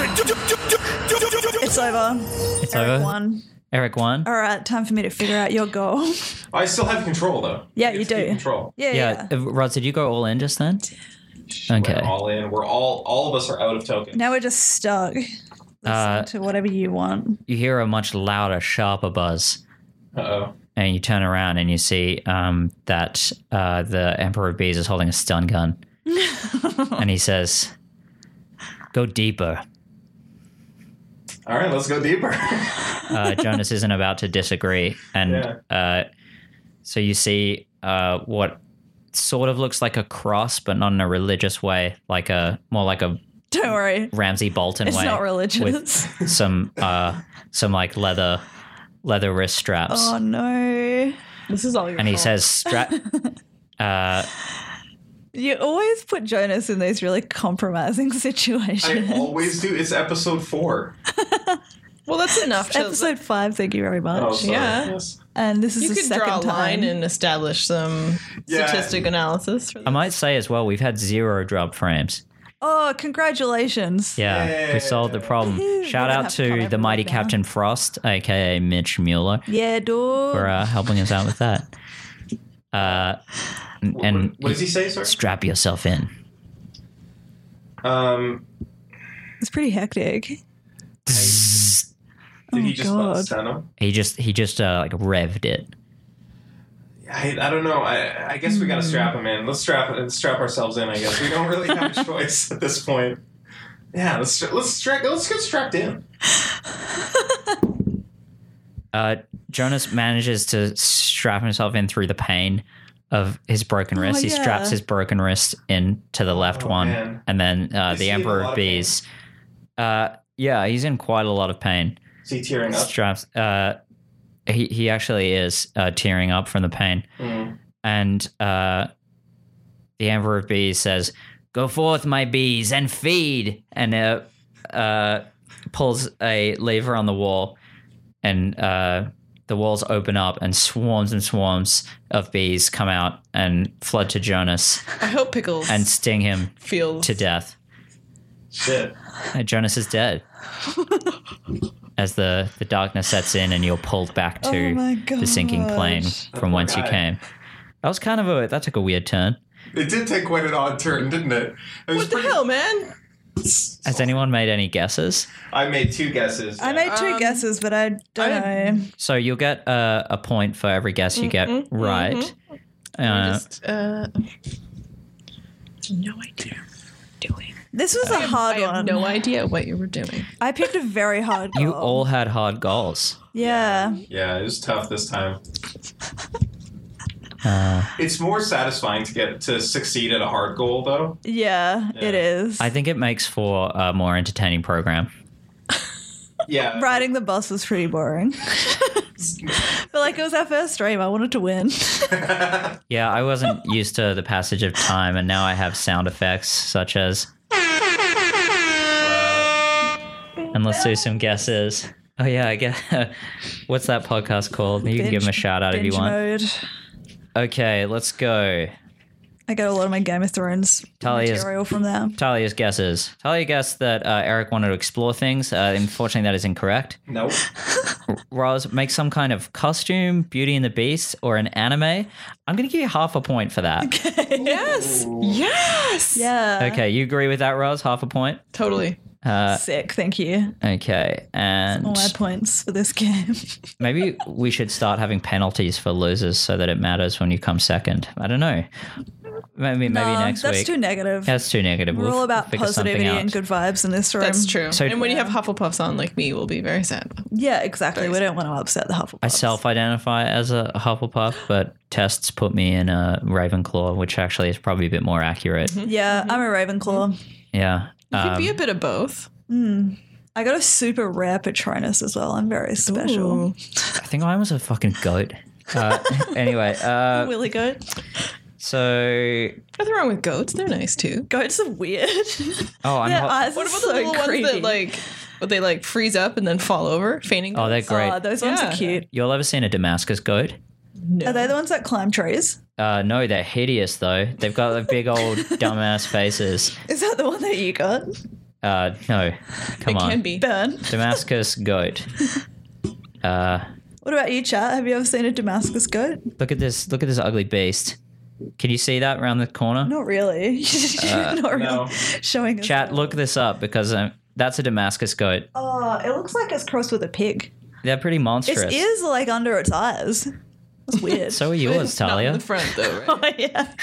S3: sorry.
S6: Time to do- do- do- do- do- do- do- do-
S1: It's over.
S2: It's
S1: Eric
S2: over.
S1: won.
S2: Eric won.
S1: All right, time for me to figure out your goal.
S3: I still have control though.
S1: Yeah,
S3: get
S1: you
S3: to keep
S1: do.
S3: Control.
S1: Yeah,
S2: yeah.
S1: yeah.
S2: Uh, Roz, did you go all in just then? Okay.
S3: We're all in. We're all. All of us are out of token.
S1: Now we're just stuck. Listen
S2: Uh,
S1: to whatever you want.
S2: You hear a much louder, sharper buzz,
S3: Uh oh.
S2: and you turn around and you see um, that uh, the Emperor of Bees is holding a stun gun, and he says, "Go deeper."
S3: All right, let's go deeper.
S2: uh, Jonas isn't about to disagree, and uh, so you see uh, what sort of looks like a cross, but not in a religious way, like a more like a
S1: Don't worry.
S2: Ramsey Bolton
S1: It's
S2: way.
S1: not religious.
S2: With some uh, some like leather leather wrist straps,
S1: Oh no.
S4: This is all your.
S2: and he says, "Strap." Uh,
S1: You always put Jonas in these really compromising
S3: I
S1: situations.
S3: always do. It's episode four.
S4: "Well, that's enough." to-
S1: Episode five, thank you very much.
S3: Oh, sorry.
S4: yeah.
S3: Yes.
S1: And this is
S4: You
S1: the
S4: could
S1: second
S4: draw a
S1: time.
S4: line and establish some
S3: Yeah.
S4: statistic analysis. For
S2: I
S4: that.
S2: might say as well, we've had zero drop frames.
S1: oh, congratulations.
S2: Yeah, we solved the problem.
S1: Woohoo. We're
S2: Shout
S1: gonna
S2: out
S1: have to cut
S2: to the
S1: everyone
S2: mighty
S1: down.
S2: Captain Frost, aka Mitch Mueller.
S1: Yeah, dude.
S2: for uh, helping us out with that. Uh, and
S3: What,
S2: and
S3: what does he say, sir?
S2: strap yourself in.
S3: Um,
S1: It's pretty hectic.
S3: did
S1: Oh,
S3: he just
S1: God.
S3: bust down him?
S2: He just he just uh, like revved it.
S3: I, I don't know. I, I guess we
S1: Hmm.
S3: gotta strap him in. Let's strap let's strap ourselves in. I guess we don't really have a choice at this point. Yeah, let's stra- let's strap let's get strapped in.
S2: Uh, Jonas manages to strap himself in through the pain of his broken wrist. He
S1: yeah.
S2: straps his broken wrist in to the left
S3: Oh,
S2: one,
S3: man.
S2: and then uh,
S3: Is
S2: the
S3: he in a
S2: Emperor
S3: lot
S2: of
S3: of pain?
S2: Bees. Uh, yeah, he's in quite a lot of pain.
S3: Is he tearing up?
S2: Straps. Uh, he he actually is uh, tearing up from the pain.
S3: Mm.
S2: and uh, the Emperor of Bees says, "Go forth, my bees, and feed." And uh, uh, pulls a lever on the wall, and uh, the walls open up, and swarms and swarms of bees come out and flood to Jonas
S4: I hope Pickles
S2: and sting him
S4: feels
S2: to death.
S3: Shit.
S2: And Jonas is dead. As the, the darkness sets in and you're pulled back
S1: Oh
S2: to
S1: my
S2: the sinking plane
S1: gosh.
S2: from whence you
S3: God.
S2: came. That was kind of a that took a weird turn.
S3: It did take quite an odd turn, didn't it? it was
S4: What the
S3: pretty-
S4: hell, man?
S2: Has anyone made any guesses?
S3: I made two guesses.
S1: I made two
S4: Um,
S1: guesses, but I don't
S4: I-
S1: know.
S2: So you'll get uh, a point for every guess you get
S1: Mm-hmm.
S4: Mhm,
S2: right.
S4: mhm. I
S2: Uh,
S4: just, uh, no idea. what we're Doing.
S1: This was a hard
S4: I
S1: one.
S4: have no idea what you were doing.
S1: I picked a very hard
S2: you
S1: goal.
S2: all had hard goals.
S1: Yeah.
S3: Yeah, it was tough this time.
S2: Uh,
S3: It's more satisfying to get to succeed at a hard goal, though.
S1: Yeah,
S3: Yeah.
S1: it is.
S2: I think it makes for a more entertaining program.
S3: Yeah.
S1: Riding the bus was pretty boring. but like it was our first stream. I wanted to win.
S2: Yeah, I wasn't used to the passage of time, and now I have sound effects such as. And let's do some guesses. Oh yeah, I guess. What's that podcast called? You can give them a shout out if you
S1: Binge
S2: want.
S1: mode.
S2: Okay, let's go.
S1: I got a lot of my Game of Thrones
S2: Tali is-
S1: material from there.
S2: Talia's guesses. Talia guessed that uh, Eric wanted to explore things. Uh, unfortunately, that is incorrect.
S3: Nope.
S2: Roz, make some kind of costume, Beauty and the Beast, or an anime. I'm going to give you half a point for that. Okay,
S4: Yes. Yes.
S1: Yeah.
S2: you agree with that, Roz? Half a point.
S4: Totally.
S2: Uh,
S1: Sick. Thank you.
S2: okay, and
S1: All my points for this game.
S2: maybe we should start having penalties for losers so that it matters when you come second. I don't know. Maybe maybe
S1: Nah,
S2: next
S1: Um, that's
S2: week.
S1: too negative.
S2: that's too negative.
S1: We're
S2: We'll
S1: all
S2: f-
S1: about
S2: figure something
S1: positivity
S2: out.
S1: and good vibes in this room.
S4: That's true.
S2: So-
S4: and when you have Hufflepuffs on, like me, will be very sad.
S1: Yeah, exactly. We don't want to upset the Hufflepuff.
S2: I self-identify as a Hufflepuff, but tests put me in a Ravenclaw, which actually is probably a bit more accurate.
S1: Yeah,
S4: Mm-hmm.
S1: I'm a Ravenclaw.
S2: Yeah.
S4: You could be
S2: Um,
S4: a bit of both.
S1: I got a super rare Patronus as well. I'm very special.
S4: Ooh.
S2: I think I was a fucking goat. Uh, anyway, uh,
S1: Willy goat.
S2: so
S4: Nothing wrong with goats. They're nice too.
S1: Goats are weird.
S2: oh, I'm
S1: Their
S2: ho-
S1: eyes
S4: What
S1: are
S4: about
S1: so
S4: the little
S1: creepy.
S4: ones that like, what they like freeze up and then fall over, fainting?
S2: oh, they're
S4: goats?
S2: great.
S1: Oh, those ones are
S4: Yeah.
S1: cute.
S2: You'll ever seen a Damascus goat?
S4: no.
S1: Are they the ones that climb trees?
S2: Uh, no, they're hideous though. They've got the big old dumbass faces.
S1: Is that the one that you got?
S2: Uh, no, come
S4: It
S2: on,
S4: can be.
S1: Burn.
S2: Damascus goat. Uh,
S1: What about you, chat? Have you ever seen a Damascus goat?
S2: look at this. Look at this ugly beast. Can you see that round the corner?
S1: Not really. You're Not really
S3: no.
S1: showing us.
S2: Uh, Chat, look this up because um, that's a Damascus goat.
S1: Oh, it looks like it's crossed with a pig.
S2: They're pretty monstrous.
S1: Its ears are like under its eyes. That's weird.
S2: So are yours,
S4: Not in
S2: Talia.
S4: the front though, right?
S1: oh, yeah.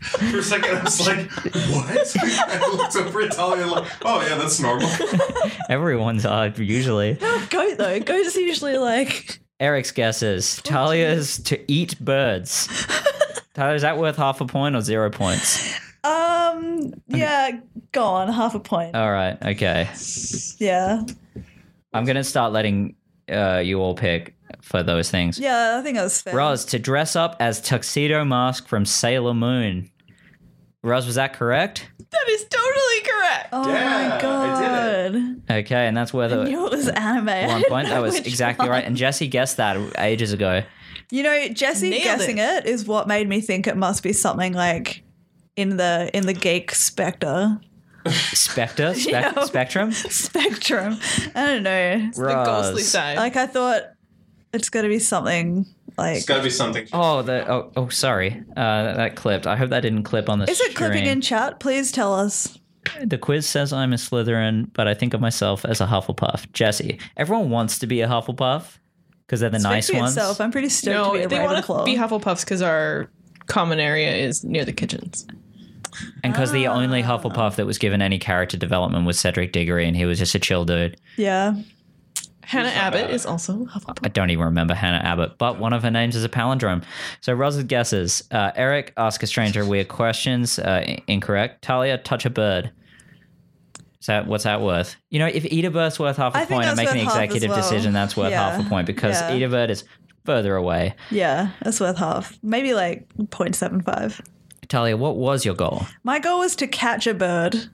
S3: For a second, I was like, "What?" I looked over at Talia like, "Oh yeah, that's normal."
S2: Everyone's odd usually.
S1: Goat though. Goats are usually like
S2: Eric's guesses. Talia's to eat birds. Talia, is that worth half a point or zero points?
S1: um yeah, go on, half a point.
S2: All right, okay.
S1: yeah.
S2: I'm gonna start letting uh, you all pick for those things.
S1: Yeah, I think that was fair.
S2: Roz to dress up as tuxedo mask from Sailor Moon. Roz, was that correct?
S4: that is totally correct.
S1: Oh
S3: Yeah,
S1: my
S3: I
S1: god.
S2: Okay, and that's worth
S1: I
S2: a
S1: knew it was anime. I
S2: one
S1: don't
S2: point.
S1: know
S2: That was
S1: which
S2: exactly
S1: one.
S2: right. And Jesse guessed that ages ago.
S1: You know, Jesse
S4: Nailed
S1: guessing it is what made me think it must be something like in the in the geek spectre
S2: Spectre, Spec-
S1: Yeah.
S2: Spectrum.
S1: spectrum. I don't know.
S4: The
S2: Roz.
S4: ghostly side.
S1: Like I thought it's got to be something like
S3: It's got to be something.
S2: Oh, the oh, oh sorry. Uh, that, that clipped. I hope that didn't clip on the
S1: Is it clipping in chat? Please tell us.
S2: in? The quiz says I'm a Slytherin, but I think of myself as a Hufflepuff. Jesse, everyone wants to be a Hufflepuff because they're the nice
S1: Speak for
S2: ones.
S1: yourself. I'm pretty stoked to be
S4: No,
S1: a
S4: they want
S1: Ravenclaw.
S4: to be Hufflepuffs because our common area is near the kitchens.
S2: And because the only
S1: Ah.
S2: Hufflepuff that was given any character development was Cedric Diggory, and he was just a chill dude.
S1: yeah.
S4: Hannah Abbott
S3: Abbott.
S4: is also a
S2: I
S4: Hufflepuff.
S2: don't even remember Hannah Abbott, but one of her names is a palindrome. So Roz's guesses: uh, Eric, ask a stranger weird questions. Uh, i- incorrect. Talia, touch a bird. Is that what's that worth? You know, if eat a bird's worth half a
S1: I think
S2: point, I'm
S1: that's
S2: making an
S1: worth half as
S2: executive
S1: well.
S2: decision. That's worth half
S1: Yeah,
S2: a point because
S1: yeah.
S2: eat a bird is further away.
S1: Yeah, that's worth half. Maybe like 0.75.
S2: Talia, what was your goal?
S1: My goal was to catch a bird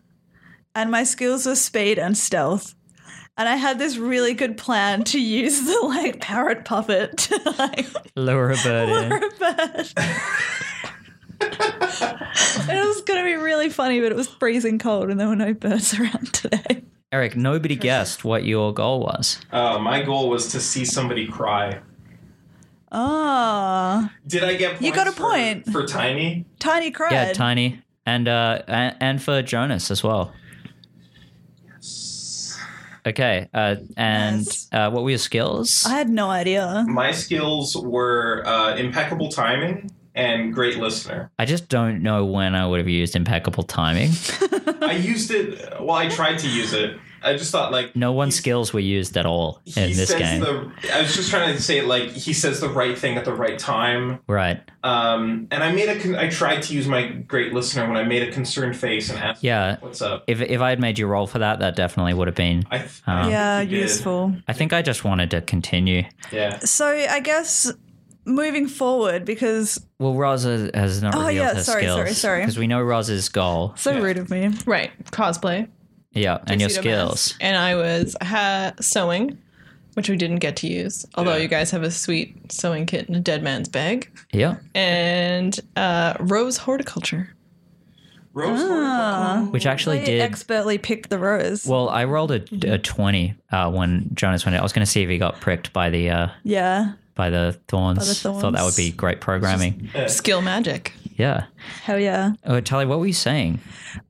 S1: and my skills were speed and stealth. And I had this really good plan to use the like parrot puppet to like
S2: Lure a bird
S1: lure
S2: in.
S1: a bird. it was gonna be really funny, but it was freezing cold and there were no birds around today.
S2: Eric, nobody guessed what your goal was.
S3: Uh, my goal was to see somebody cry.
S1: Ah,
S3: Did I get points
S1: You got a
S3: for-
S1: point.
S3: for Tiny?
S1: tiny cried.
S2: Yeah, tiny. And uh a- and for Jonas as well. Okay. Uh and
S1: Yes.
S2: uh what were your skills?
S1: I had no idea.
S3: My skills were uh, impeccable timing and great listener.
S2: I just don't know when I would have used impeccable timing.
S3: I used it. Well, I tried to use it. I just thought like
S2: No one's skills were used at all
S3: he
S2: in this
S3: says
S2: game.
S3: the. I was just trying to say like he says the right thing at the right time.
S2: right.
S3: Um, and I made a. Con- I tried to use my great listener when I made a concerned face and asked,
S2: Yeah.
S3: what's up?"
S2: If if I had made you roll for that, that definitely would have been
S3: I, th-
S2: Um,
S3: I
S1: yeah,
S3: think he did.
S1: useful.
S2: I think I just wanted to continue.
S3: Yeah.
S1: So I guess moving forward, because
S2: Well, Roz has- has not
S1: Oh,
S2: revealed
S1: yeah,
S2: her
S1: sorry,
S2: skills.
S1: sorry, sorry.
S2: Because we know Roz's goal.
S1: so
S3: Yeah.
S1: rude of me.
S4: Right. Cosplay.
S2: Yeah, and your
S4: tuxedo mask.
S2: skills.
S4: And I was ha- sewing, which we didn't get to use. Although
S3: Yeah.
S4: you guys have a sweet sewing kit in a dead man's bag.
S2: Yeah.
S4: And uh, rose horticulture.
S3: Rose.
S1: uh,
S3: horticulture.
S2: Which actually
S1: They
S2: did.
S1: expertly picked the rose.
S2: well, I rolled
S1: Mm-hmm.
S2: a, a 20 uh, when Jonas went out. I was going to see if he got pricked by the uh,
S1: yeah.
S2: by the thorns. Thought that would
S1: thorns.
S2: be great programming.
S4: Skill magic.
S2: Yeah.
S1: Hell yeah.
S2: Oh, Tali, what were you saying?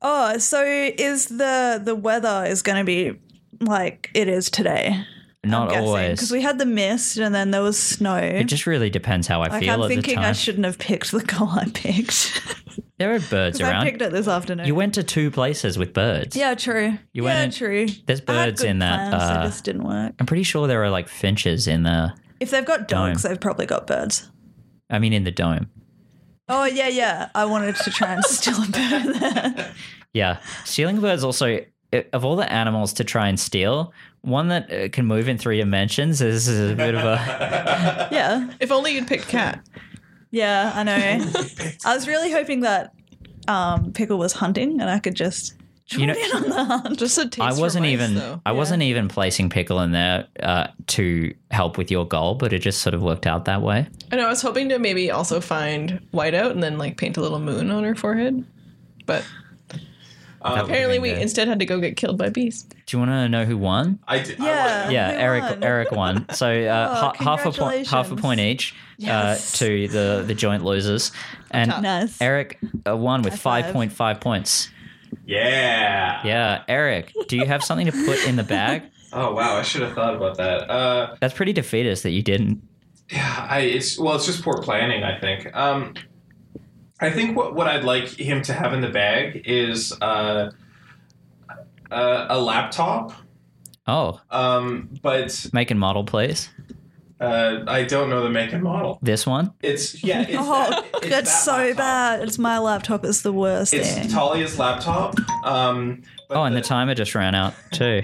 S1: Oh, so is the the weather is going to be like it is today?
S2: Not always.
S1: because we had the mist and then there was snow.
S2: it just really depends how I
S1: like
S2: feel
S1: I'm
S2: at the
S1: thinking
S2: time.
S1: I shouldn't have picked the goal I picked.
S2: there are birds
S1: 'Cause I
S2: around.
S1: picked it this afternoon.
S2: you went to two places with birds.
S1: yeah, true.
S2: You
S1: yeah,
S2: went in-
S1: true.
S2: there's
S1: I had
S2: birds
S1: good
S2: in that,
S1: Plans,
S2: uh,
S1: it just didn't work.
S2: I'm pretty sure there are like finches in the.
S1: If they've got dogs, they've probably got birds.
S2: I mean, in the dome.
S1: Oh yeah, yeah. I wanted to try and steal a bird. There.
S2: Yeah, stealing birds also i- of all the animals to try and steal, one that uh, can move in three dimensions is a bit of a
S1: yeah,
S4: If only you'd picked cat.
S1: yeah. I know. I was really hoping that um, pickle was hunting and I could just join
S2: You know-
S1: in on the hunt.
S4: Just a taste.
S2: I
S4: for
S2: wasn't
S4: mice,
S2: even
S4: though.
S2: I wasn't even placing pickle in there uh, to help with your goal, but it just sort of worked out that way.
S4: I know. I was hoping to maybe also find whiteout and then like paint a little moon on her forehead. But
S3: Um,
S4: apparently, we
S2: good.
S4: instead had to go get killed by bees.
S2: Do you want to know who won?
S3: I did. I
S1: Yeah.
S3: won.
S2: Yeah,
S1: who
S2: Eric
S1: won?
S2: Eric won. So uh,
S1: Oh,
S2: ha- half a point half a
S1: congratulations.
S2: point each
S1: Yes.
S2: uh, to the the joint losers, and
S4: top.
S1: Nice.
S2: Eric uh, won with
S1: High five.
S2: five point five points.
S3: yeah.
S2: Yeah, Eric, do you have something to put in the bag?
S3: Oh wow, I should have thought about that. Uh,
S2: That's pretty defeatist that you didn't.
S3: I it's well, it's just poor planning, I think. Um, I think what what I'd like him to have in the bag is uh, uh, a laptop.
S2: Oh,
S3: Um, but
S2: make and model, please.
S3: uh, I don't know the make and model.
S2: This one.
S3: It's yeah. It's
S1: Oh,
S3: that- it's
S1: that's
S3: that
S1: so
S3: laptop.
S1: bad. It's my laptop. It's the worst thing.
S3: It's Talia's laptop. Um, but
S2: Oh, and the timer just ran out too.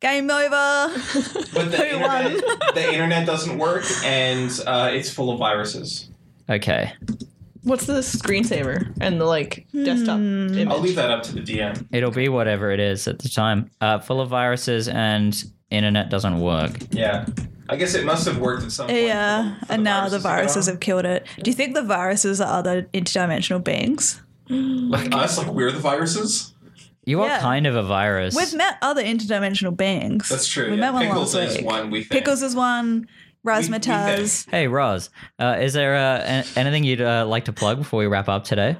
S1: Game over.
S3: but the
S1: Who won?
S3: internet, the internet doesn't work, and uh, it's full of viruses.
S2: Okay,
S4: What's the screensaver and the like desktop
S2: Hmm.
S4: image?
S3: I'll leave that up to the DM.
S2: it'll be whatever it is at the time. Uh, full of viruses and internet doesn't work.
S3: Yeah, I guess it must have worked at some point.
S1: yeah,
S3: for the- for
S1: and now the
S3: to go
S1: viruses
S3: on.
S1: have killed it. Do you think the viruses are other interdimensional beings?
S3: Like us, like we're the viruses.
S2: You are
S1: Yeah.
S2: kind of a virus.
S1: We've met other interdimensional beings.
S3: That's true.
S1: We
S3: yeah.
S1: met one
S3: Pickles
S1: last
S3: is
S1: week.
S3: one we think.
S1: Pickles is one.
S3: we
S1: Razzmatazz.
S2: hey, Roz, uh, is there uh, an- anything you'd uh, like to plug before we wrap up today?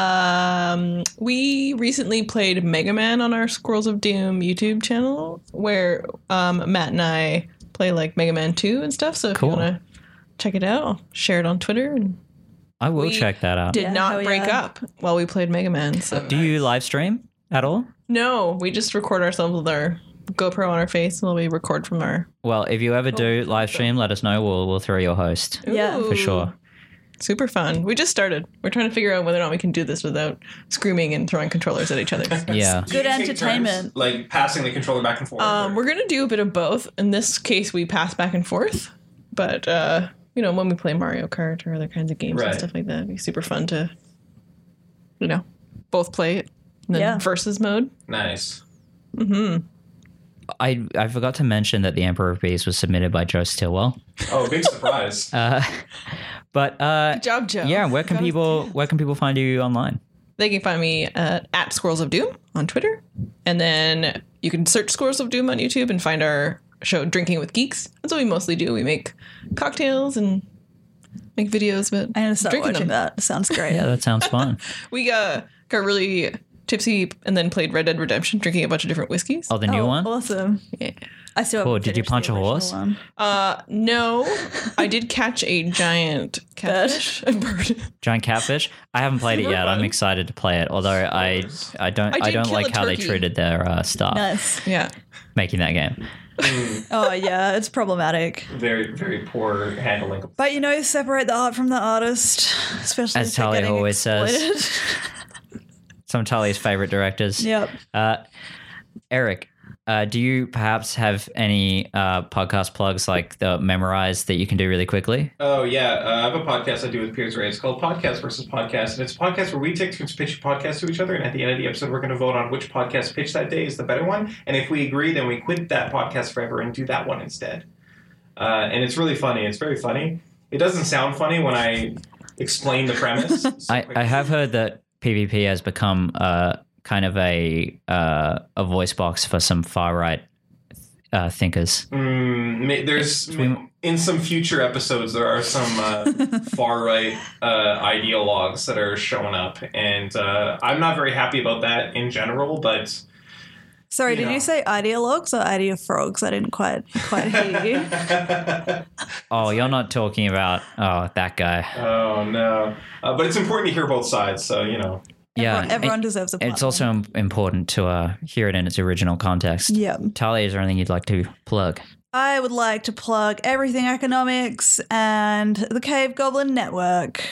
S4: Um, we recently played Mega Man on our Squirrels of Doom YouTube channel, where um, Matt and I play like Mega Man Two and stuff. So if
S2: Cool.
S4: you want to check it out, I'll share it on Twitter. And
S2: I will
S4: We
S2: check that out.
S4: did
S1: Yeah, hell
S4: not break
S1: yeah.
S4: up while we played Mega Man. So
S2: Do you live stream at all?
S4: no, we just record ourselves with our GoPro on our face, and while we record from our
S2: Well, if you ever do
S4: Oh.
S2: live stream, let us know. We'll we'll throw your host
S1: Yeah.
S2: for sure.
S4: Super fun. We just started. We're trying to figure out whether or not we can do this without screaming and throwing controllers at each other.
S2: Yeah.
S3: Do
S1: Good
S3: you take turns,
S1: entertainment.
S3: like passing the controller back and forth.
S4: Um,
S3: or-
S4: we're gonna do a bit of both. In this case, we pass back and forth, but uh, you know, when we play Mario Kart or other kinds of games
S3: Right.
S4: and stuff like that, it'd be super fun to, you know, both play it And then
S1: Yeah.
S4: versus mode.
S3: Nice.
S2: I I forgot to mention that the Emperor of Bees was submitted by Joe Stilwell.
S3: Oh, big surprise.
S2: But uh,
S4: Good job, Joe.
S2: yeah, where can
S4: Got us
S2: people where can people find you online?
S4: They can find me at, at Squirrels of Doom on Twitter. And then you can search Squirrels of Doom on YouTube and find our show Drinking with Geeks. That's what we mostly do. We make cocktails and make videos, but
S1: I'm gonna start
S4: drinking
S1: watching
S4: them.
S1: that. Sounds great.
S2: Yeah, that sounds fun.
S4: We uh, got really tipsy and then played Red Dead Redemption, drinking a bunch of different whiskeys.
S2: Oh, the new
S1: Oh,
S2: one.
S1: Awesome.
S4: Yeah.
S1: I still.
S2: Cool.
S1: haven't
S2: Did you
S1: finished
S2: punch
S1: the
S2: a
S1: original
S2: horse?
S1: one.
S4: Uh, no, I did catch a giant catfish. A bird.
S2: Giant Catfish. I haven't played it yet. I'm excited to play it. Although I I don't
S4: I
S2: I,
S4: did
S2: don't
S4: kill
S2: like
S4: a
S2: how they
S4: turkey.
S2: treated their uh, staff
S1: Nice.
S4: Yeah.
S2: making that game.
S1: Oh yeah, it's problematic.
S3: very, very poor handling.
S1: But you know, separate the art from the artist, especially
S2: As
S1: if they're
S2: Talia
S1: getting
S2: always says.
S1: exploited.
S2: Some of Tali's favorite directors.
S1: yep.
S2: Eric, uh, do you perhaps have any uh, podcast plugs like the memorize that you can do really quickly?
S3: Oh yeah, uh, I have a podcast I do with Piers Ray. It's called Podcast versus Podcast, and it's a podcast where we take turns pitching podcasts to each other. And at the end of the episode, we're going to vote on which podcast pitch that day is the better one. And if we agree, then we quit that podcast forever and do that one instead. Uh, and it's really funny. It's very funny. It doesn't sound funny when I explain the premise. so
S2: I,
S3: quickly.
S2: I have heard that PvP has become uh, kind of a uh, a voice box for some far right uh, thinkers.
S3: Mm, ma- there's in some future episodes there are some uh, far right uh, ideologues that are showing up, and uh, I'm not very happy about that in general. But
S1: Sorry,
S3: you
S1: did
S3: know.
S1: you say ideologues or ideofrogs? I didn't quite quite hear you.
S2: Oh, you're not talking about oh that guy.
S3: oh no! Uh, but it's important to hear both sides, so you know.
S2: Yeah,
S1: everyone, everyone
S2: it-
S1: deserves a. Platform.
S2: It's also im- important to uh, hear it in its original context.
S1: Yeah.
S2: Talia, is there anything you'd like to plug?
S1: I would like to plug everything economics and the Cave Goblin Network.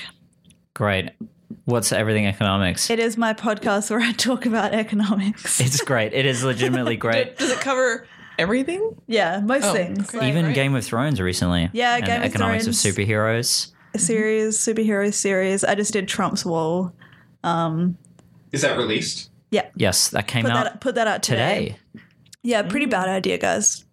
S2: Great. What's everything economics?
S1: It is my podcast where I talk about economics.
S2: it's great. It is legitimately great.
S4: Does it cover everything?
S1: yeah, most
S4: Oh,
S1: things.
S4: okay.
S1: Like
S2: Even
S4: right?
S2: Game of Thrones recently.
S1: Yeah,
S2: and
S1: Game of
S2: economics
S1: Thrones.
S2: of superheroes.
S1: series, superhero series. I just did Trump's Wall.
S3: Is that released?
S1: Yeah.
S2: Yes, that came
S1: Put
S2: out
S1: that put that out today.
S2: today.
S1: Yeah, pretty
S4: Mm.
S1: bad idea, guys.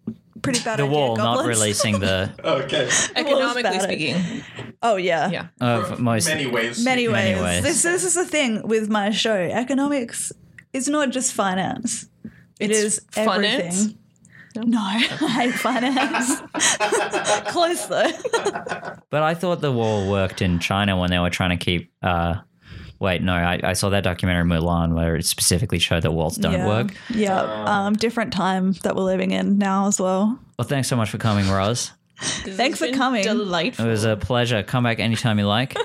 S1: Pretty bad
S2: The
S1: idea.
S2: wall, not
S1: goblins.
S2: releasing the
S3: Okay.
S4: Economically
S1: about it?
S4: speaking.
S1: Oh yeah.
S4: Yeah.
S2: of most.
S3: Many ways.
S1: Many ways.
S2: Many ways.
S1: This this is the thing with my show. Economics is not just finance. it's
S4: It's finance?
S1: everything. No, I hate finance. Close though.
S2: But I thought the wall worked in China when they were trying to keep. Uh, wait, no, I, I saw that documentary Mulan where it specifically showed that walls don't
S1: yeah.
S2: work.
S1: Yeah. Um, different time that we're living in now as well.
S2: Well, thanks so much for coming, Roz.
S1: Thanks for coming.
S2: It
S4: Delightful.
S2: was a pleasure. Come back anytime you like.
S1: you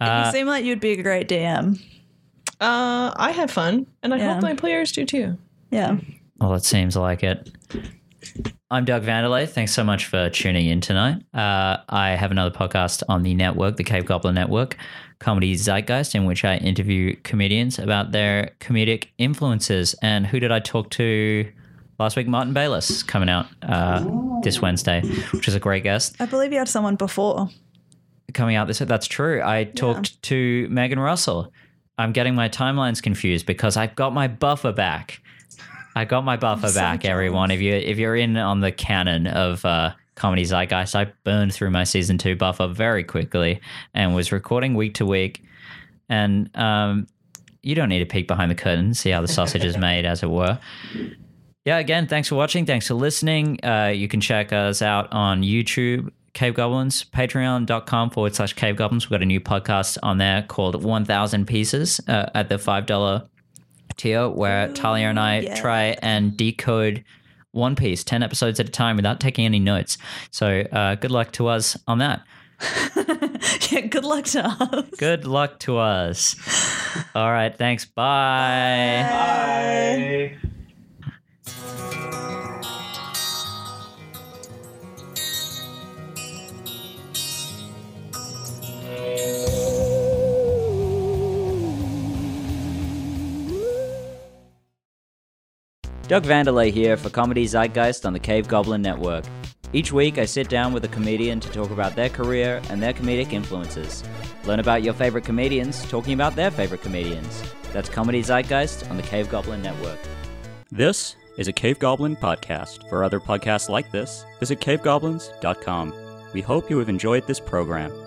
S2: Uh,
S1: seem like you'd be a great DM.
S4: Uh, I had fun, and I
S1: Yeah.
S4: hope my players do too.
S1: Yeah.
S2: Well, it seems like it. I'm Doug Vanderlei. Thanks so much for tuning in tonight. Uh, I have another podcast on the network, the Cave Goblin Network, Comedy Zeitgeist, in which I interview comedians about their comedic influences. And who did I talk to last week? Martin Bayless coming out uh, this Wednesday, which is a great guest.
S1: I believe you had someone before.
S2: Coming out this that's true. I talked to Megan Russell. I'm getting my timelines confused because I've got my buffer back. I got my buffer back, everyone. If you if you're in on the canon of uh, comedy zeitgeist, I burned through my season two buffer very quickly and was recording week to week. And um, you don't need to peek behind the curtain, see how the sausage is made, as it were. Yeah, again, thanks for watching. Thanks for listening. Uh, you can check us out on YouTube, Cave Goblins, patreon.com forward slash Cave Goblins. We've got a new podcast on there called 1000 Pieces uh, at the $5 tier where Talia and I
S1: yeah.
S2: try and decode One Piece 10 episodes at a time without taking any notes. So uh, good luck to us on that.
S1: yeah, good luck to us.
S2: Good luck to us. All right, thanks. Bye.
S3: Bye.
S2: Doug Vanderlei here for Comedy Zeitgeist on the Cave Goblin Network. Each week, I sit down with a comedian to talk about their career and their comedic influences. Learn about your favorite comedians talking about their favorite comedians. That's Comedy Zeitgeist on the Cave Goblin Network.
S7: This is a Cave Goblin podcast. For other podcasts like this, visit cavegoblins.com. We hope you have enjoyed this program.